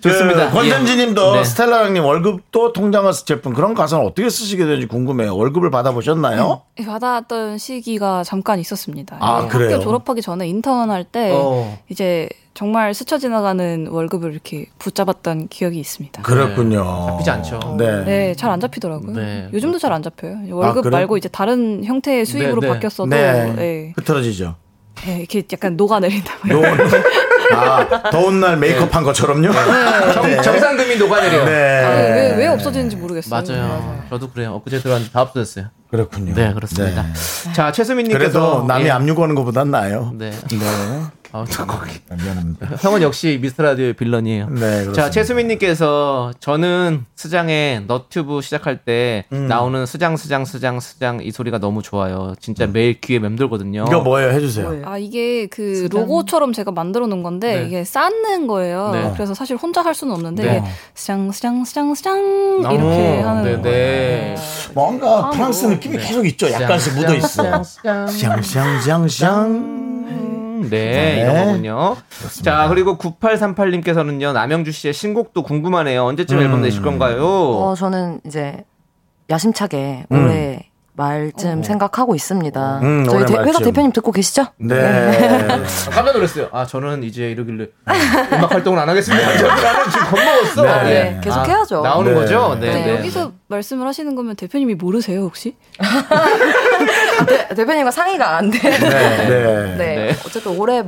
S2: 좋습니다.
S1: 네. 그 권전지님도
S2: 예. 네.
S1: 스텔라 형님 월급도 통장을 제품 그런 가사는 어떻게 쓰시게 되는지 궁금해요. 월급을 받아보셨나요?
S2: 음.
S9: 예, 받았던 시기가 잠깐 있었습니다.
S1: 아,
S9: 예,
S1: 그래요?
S9: 학교 졸업하기 전에 인턴 할 때
S1: 어.
S9: 이제 정말 스쳐 지나가는 월급을 이렇게 붙잡았던 기억이 있습니다.
S1: 그렇군요.
S2: 잡히지 않죠.
S1: 네.
S9: 네, 잘 안 잡히더라고요.
S1: 네.
S9: 요즘도 잘 안
S2: 그렇죠.
S9: 잡혀요. 월급
S1: 아, 그래요?
S9: 말고 이제 다른 형태의 수입으로
S1: 네, 네.
S9: 바뀌었어도
S1: 네.
S9: 예,
S1: 흐트러지죠.
S9: 예, 이렇게 약간 녹아내린다.
S1: 아, 더운 날 메이크업 한 것처럼요?
S2: 예. 정- 정상금이
S1: *laughs*
S2: 녹아내려요.
S1: 네.
S9: 아, 왜, 왜 없어지는지 모르겠어요.
S2: 맞아요. 저도 그래요. 엊그제 들어왔는데 다 없어졌어요.
S1: 그렇군요.
S2: 네, 그렇습니다. 자,
S1: 그래도
S2: 최수민님께서
S1: 남이
S2: 예.
S1: 압류 거는 것보단 나아요.
S2: 네.
S1: 네.
S2: 아, 저 거기.
S1: 미안합니다.
S2: 형은 역시 미스터 라디오의 빌런이에요.
S1: 네, 그렇습니다.
S2: 자, 최수민님께서 저는 스장의 너튜브 시작할 때
S1: 음.
S2: 나오는 스장, 스장, 스장, 스장 이 소리가 너무 좋아요. 진짜 매일 귀에 맴돌거든요.
S1: 이거 뭐예요? 해주세요.
S9: 아 이게 그 로고처럼 제가 만들어 놓은 건데
S2: 네.
S9: 이게 쌓는 거예요.
S2: 네.
S9: 그래서 사실 혼자 할 수는 없는데
S2: 네.
S9: 이게 스장 스장 스장 스장
S2: 어,
S9: 이렇게 하는
S2: 네,
S9: 거예요.
S2: 네.
S10: 아,
S1: 뭔가 프랑스
S10: 뭐.
S1: 느낌이
S10: 네.
S1: 계속 있죠. 약간씩 묻어 있어. 샹샹샹샹.
S2: 네, 이런 거군요. 자, 그리고 9838님께서는요, 남영주 씨의 신곡도 궁금하네요. 언제쯤 앨범 내실 건가요?
S10: 어, 저는 이제 야심차게
S2: 음.
S10: 올해 말쯤 생각하고 있습니다.
S2: 음,
S10: 저희
S2: 올해
S10: 대- 회사
S2: 말쯤.
S10: 대표님 듣고 계시죠?
S1: 네.
S10: 네.
S2: 깜짝 놀랐어요. 아, 저는 이제 이러길래 음악 활동을 안 하겠습니다. 저는 나는 지금 겁먹었어.
S10: 네, 네, 계속
S2: 아,
S10: 해야죠.
S2: 나오는
S10: 네.
S2: 거죠? 네.
S9: 근데
S2: 네.
S9: 여기서 말씀을 하시는 거면 대표님이 모르세요 혹시?
S10: 대, 대표님과 상의가 안 돼.
S1: 네.
S10: 네.
S1: 네.
S10: 어쨌든 올해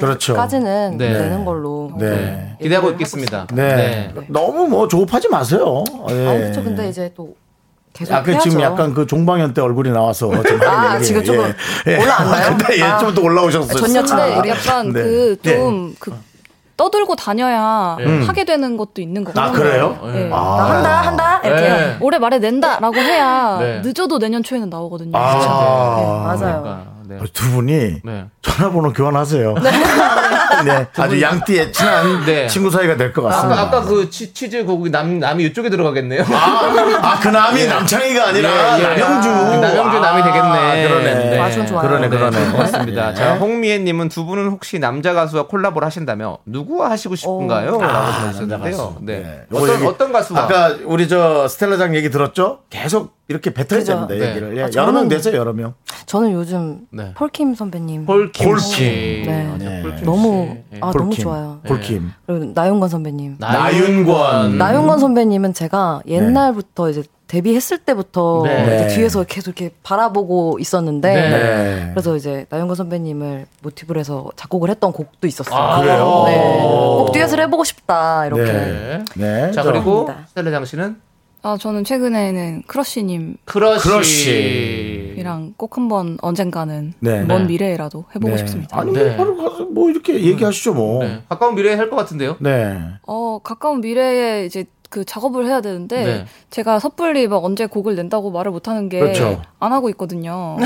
S1: 그렇죠.
S10: 말까지는
S1: 네.
S10: 내는 걸로.
S1: 네.
S2: 기대하고 있겠습니다.
S1: 네. 너무 뭐 조급하지 마세요. 예.
S10: 아, 그렇죠. 근데 이제 또 계속
S1: 아, 그
S10: 해야죠.
S1: 지금 약간 그 종방연 때 얼굴이 나와서 지금
S10: 아,
S1: 하는 얘기예요.
S10: 지금 조금
S1: *laughs*
S10: 올라왔나요?
S1: 근데 예,
S10: 아.
S1: 좀더 올라오셨어요.
S10: 전
S9: 근데
S1: 아,
S9: 약간
S1: 네.
S9: 그
S1: 네.
S9: 좀 그 떠들고 다녀야
S1: 네.
S9: 하게 되는 것도 있는 거 같아요.
S1: 아, 그래요?
S9: 네.
S1: 아.
S9: 나 한다 한다 이렇게
S1: 네.
S9: 올해 말에 낸다라고 해야
S1: 네.
S9: 늦어도 내년 초에는 나오거든요. 그렇죠?
S1: 아,
S9: 네, 맞아요.
S2: 그러니까,
S1: 두
S10: 네.
S1: 분이
S2: 네.
S1: 전화번호 교환하세요. *laughs* 네. 아주 양띠의 친한
S2: 네.
S1: 친구 사이가 될 것
S2: 아, 아까,
S1: 같습니다.
S2: 아까 그 치, 즈 고기 남, 남이 이쪽에 들어가겠네요.
S1: 아, 그 남이 남창희가 예, 아니라 남영주.
S2: 그 남영주 남이 되겠네.
S1: 그러네. 아, 전 좋아요. 그러네, 그러네.
S2: 그렇습니다.
S1: 예.
S2: 자, 홍미애님은 두 분은 혹시 남자 가수와 콜라보를 하신다며 누구와 하시고 싶은가요?
S1: 아,
S2: 라고 보내주셨는데요. 네.
S1: 요거
S2: 어떤,
S1: 얘기-
S2: 어떤 가수와?
S1: 아까 우리 저 스텔라장 얘기 들었죠? 계속 이렇게 뱉어야 됩니다, 얘기를. 예,
S10: 아,
S1: 여러 명
S10: 저는-
S1: 되세요, 여러 명.
S10: 저는 요즘
S2: 네.
S10: 폴킴 선배님.
S2: 폴킴 어,
S1: 폴킴.
S10: 씨.
S1: 씨.
S10: 네.
S1: 맞아요, 폴킴
S10: 너무
S1: 씨.
S10: 아
S1: 폴킴.
S10: 너무 좋아요.
S1: 폴킴. 네.
S10: 그리고 나윤건 선배님.
S1: 나윤권.
S10: 나윤건 선배님은 제가 옛날부터 이제 데뷔했을 때부터
S1: 네.
S10: 이제 뒤에서 계속 이렇게 바라보고 있었는데
S1: 네.
S10: 그래서 이제 나윤건 선배님을 모티브로 해서 작곡을 했던 곡도 있었어요.
S2: 아, 그래요?
S10: 네.
S1: 어.
S2: 오.
S10: 곡 듀엣을 해보고 싶다 이렇게.
S2: 네.
S1: 네.
S2: 자, 그리고 스텔라 장 씨는
S9: 아 저는 최근에는 크러쉬님
S2: 크러쉬.
S9: 이랑 꼭 한번 언젠가는
S1: 네.
S9: 먼
S1: 네.
S9: 미래에라도 해보고
S1: 네.
S9: 싶습니다.
S1: 아니, 뭐 바로 가서 뭐 이렇게 얘기하시죠, 뭐.
S2: 네. 가까운 미래에 할 것 같은데요?
S1: 네.
S9: 어 가까운 미래에 이제 그 작업을 해야 되는데
S1: 네.
S9: 제가 섣불리 막 언제 곡을 낸다고 말을 못하는 게 안
S2: 그렇죠.
S9: 하고 있거든요.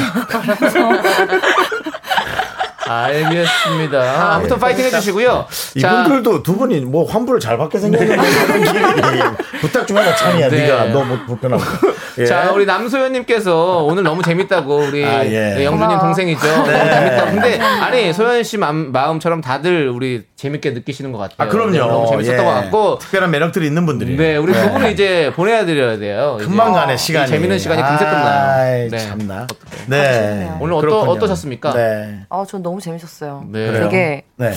S2: 알겠습니다. 아무튼
S1: 예.
S2: 파이팅 해주시고요. 자,
S1: 이분들도 두 분이 뭐 환불을 잘 받게 생겼는데 예, 부탁 좀 해라 찬이야
S2: 네.
S1: 네가 너무 뭐 불편하고 예.
S2: 자, 우리 남소연님께서 오늘 너무 재밌다고 우리
S1: 아, 예.
S2: 네, 영준님
S1: 고마워.
S2: 동생이죠. 너무
S1: 네.
S2: 재밌다고. 근데 아니 소연 씨 맘- 마음처럼 다들 우리 재밌게 느끼시는 것 같아요.
S1: 아 그럼요
S2: 네, 너무 재밌었던
S1: 예.
S2: 것 같고.
S1: 특별한 매력들이 있는 분들이
S2: 네, 우리 두 분을 이제 보내야 드려야 돼요. 이제.
S1: 금방 가네
S2: 이
S1: 시간이
S2: 재밌는 시간이 금세
S1: 아이,
S2: 끝나요. 네.
S1: 참나 네
S2: 오늘 어떠,
S1: 그렇군요.
S2: 어떠셨습니까?
S1: 네.
S10: *laughs* 아, 전 너무 재밌었어요.
S2: 네. 그래요?
S10: 되게
S1: 네.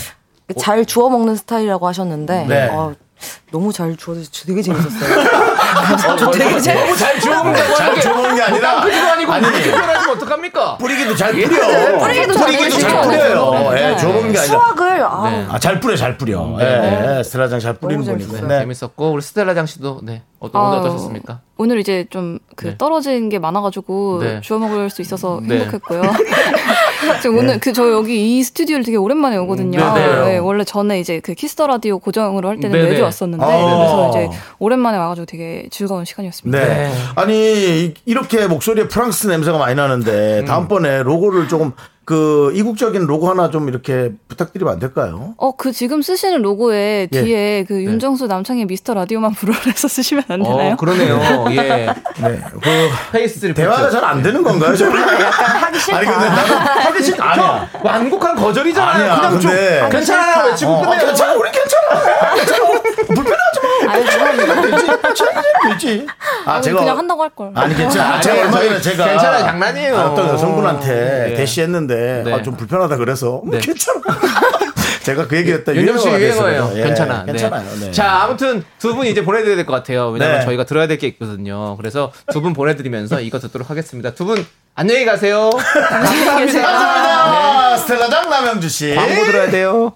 S10: 잘 주워 먹는 스타일이라고 하셨는데
S2: 네.
S10: 어, 너무 잘 주워 서 되게 재밌었어요.
S2: 저
S10: 되게 재밌-
S2: 뭐, 너무 잘
S1: 네.
S2: 주워먹는다고
S10: 잘
S2: 하는 게
S1: 주워먹는 게 아니라-
S2: 뭐 낭비도 아니고
S1: 아니.
S2: 이렇게 표현하면 어떡합니까?
S1: 뿌리기도 잘
S2: 예.
S1: 뿌려
S2: 네,
S10: 뿌리기도 잘 뿌리죠.
S1: 잘 뿌려요
S10: 네.
S1: 예, 좋은 게 아니라
S10: 수학을 아,
S1: 아, 잘 뿌려 잘 뿌려
S2: 네.
S1: 예, 예, 스라장 잘 뿌리는 네. 분이고
S2: 재밌었어요. 재밌었고 우리 스텔라 장 씨도 네 어떠, 오늘
S9: 아,
S2: 어떠셨습니까?
S9: 오늘 이제 좀 그
S2: 네.
S9: 떨어진 게 많아가지고
S2: 네.
S9: 주워 먹을 수 있어서
S2: 네. *laughs*
S9: 행복했고요. *laughs* 지금 오늘 그 저 여기 이 스튜디오를 되게 오랜만에 오거든요.
S2: 네, 네.
S9: 원래 전에 이제 그 키스터 라디오 고정으로 할 때는
S1: 네, 네.
S9: 매주 왔었는데
S1: 아.
S9: 그래서 이제 오랜만에 와가지고 되게 즐거운 시간이었습니다.
S1: 네. 아니 이- 이렇게 목소리에 프랑스 냄새가 많이 나는데 다음번에 로고를 조금 그 이국적인 로고 하나 좀 이렇게 부탁드리면 안 될까요?
S9: 어, 그 지금 쓰시는 로고에
S1: 예.
S9: 뒤에 그 윤정수 남창의 미스터 라디오만 *laughs* 불러내서 쓰시면 안
S1: 어,
S9: 되나요?
S2: 어, *laughs* 예.
S1: 네. 그
S2: *laughs* 페이스
S1: 대화가 잘 안 되는 건가요? 저는?
S10: 하기
S1: 아니 근데 나는 하기 싫 아니야.
S2: 완곡한 거절이잖아요.
S1: 아니야,
S2: 그냥 좀
S1: 근데-
S2: 괜찮아 외치고
S1: 어,
S2: 끝내요.
S1: 괜찮아, 우리 괜찮아. 괜찮아. 불편하면 도 있지.
S9: 아, 그냥 한다고 할 걸.
S1: 아니 괜찮아.
S2: 아,
S1: 제가
S2: 저희-
S1: 얼마 전에
S2: 저희
S1: 제가
S2: 괜찮아요, 장난이에요.
S1: 어떤 여성분한테
S2: 예.
S1: 대시했는데 아, 좀 불편하다 그래서 음, 괜찮아. *laughs* 제가 그 얘기했다.
S2: 네. 윤정 씨
S1: 유행어가
S2: 예, 유행어예요.
S1: 됐어요. 예,
S2: 괜찮아. 네.
S1: 괜찮아요. 네.
S2: 자, 아무튼 두 분 이제 보내드려야 될 것 같아요. 왜냐면
S1: 네.
S2: 저희가 들어야 될 게 있거든요. 그래서 두 분 보내드리면서 이거 듣도록 하겠습니다. 두 분 *laughs* 안녕히 가세요. 감사합니다.
S1: 감사합니다. 네, 스텔라 장 남영주 씨.
S2: 네. 광고 들어야 돼요.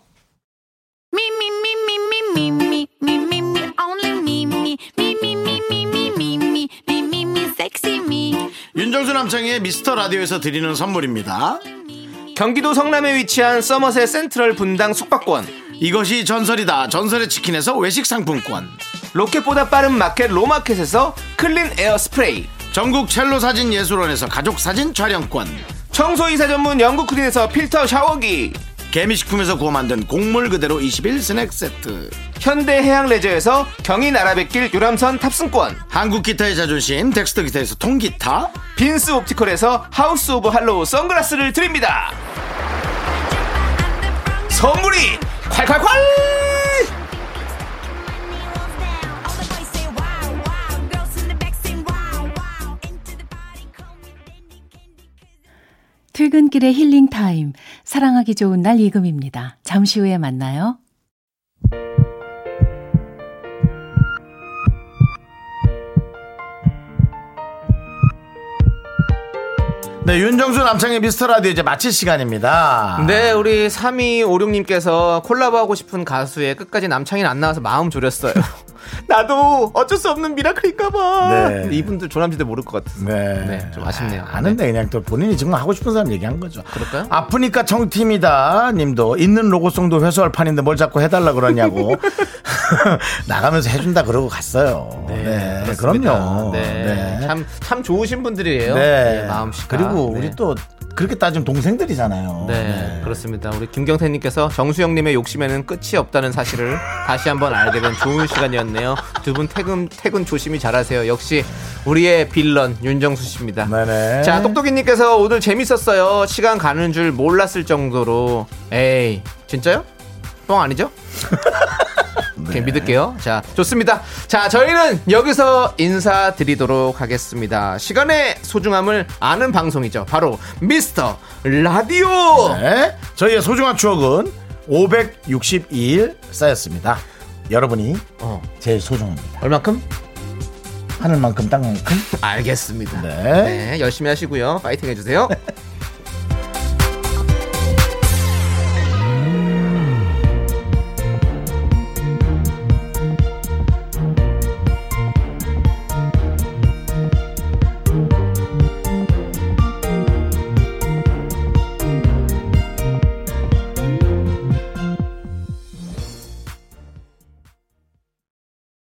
S1: 윤정수 남창의 미스터 라디오에서 드리는 선물입니다.
S2: 경기도 성남에 위치한 서머셋 센트럴 분당 숙박권.
S1: 이것이 전설이다. 전설의 치킨에서 외식 상품권.
S2: 로켓보다 빠른 마켓 로마켓에서 클린 에어 스프레이.
S1: 전국 첼로 사진 예술원에서 가족 사진 촬영권.
S2: 청소이사 전문 영국 크린에서 필터 샤워기.
S1: 개미식품에서 구워 만든 곡물 그대로 21 스낵 세트.
S2: 현대 해양 레저에서 경인 아라뱃길 유람선 탑승권.
S1: 한국 기타의 자존심 덱스터 기타에서 통기타.
S2: 빈스 옵티컬에서 하우스 오브 할로우 선글라스를 드립니다. 선물이 콸콸콸!
S22: 퇴근길의 힐링 타임. 사랑하기 좋은 날 이금입니다. 잠시 후에 만나요.
S1: 네, 윤정수 남창의 미스터 라디오 이제 마칠 시간입니다.
S2: 네, 우리 3256님께서 콜라보하고 싶은 가수에 끝까지 남창이 안 나와서 마음 졸였어요. *laughs* 나도 어쩔 수 없는 미라클인가봐.
S1: 네.
S2: 이분들 조남지대 모를 것 같아서.
S1: 네.
S2: 좀 아쉽네요.
S1: 아는데 그냥 또 본인이 지금 하고 싶은 사람 얘기한 거죠.
S2: 그럴까요?
S1: 아프니까 정팀이다 님도 있는 로고송도 회수할 판인데 뭘 자꾸 해달라
S2: *laughs*
S1: 그러냐고 *laughs* 나가면서 해준다 그러고 갔어요. 네,
S2: 그렇습니다.
S1: 그럼요.
S2: 네. 참, 참 좋으신 분들이에요.
S1: 네.
S2: 네, 마음씨.
S1: 그리고 우리 또 그렇게 따지면 동생들이잖아요.
S2: 네, 그렇습니다. 우리 김경태님께서 정수영님의 욕심에는 끝이 없다는 사실을 다시 한번 알게 된 좋은 시간이었네요. 두 분 퇴근 퇴근 조심히 잘하세요. 역시 우리의 빌런 윤정수 씨입니다.
S1: 네네.
S2: 자, 똑똑이님께서 오늘 재밌었어요. 시간 가는 줄 몰랐을 정도로. 에이, 진짜요?
S1: *laughs*
S2: 뻥 아니죠?
S1: 네.
S2: 오케이, 믿을게요. 자, 좋습니다. 자, 저희는 여기서 인사드리도록 하겠습니다. 시간의 소중함을 아는 방송이죠. 바로 미스터 라디오.
S1: 네. 저희의 소중한 추억은 562일 쌓였습니다. 여러분이 제일 소중합니다.
S2: 어, 얼만큼?
S1: 하늘만큼 땅만큼?
S2: 알겠습니다.
S1: 네.
S2: 네, 열심히 하시고요. 파이팅 해주세요.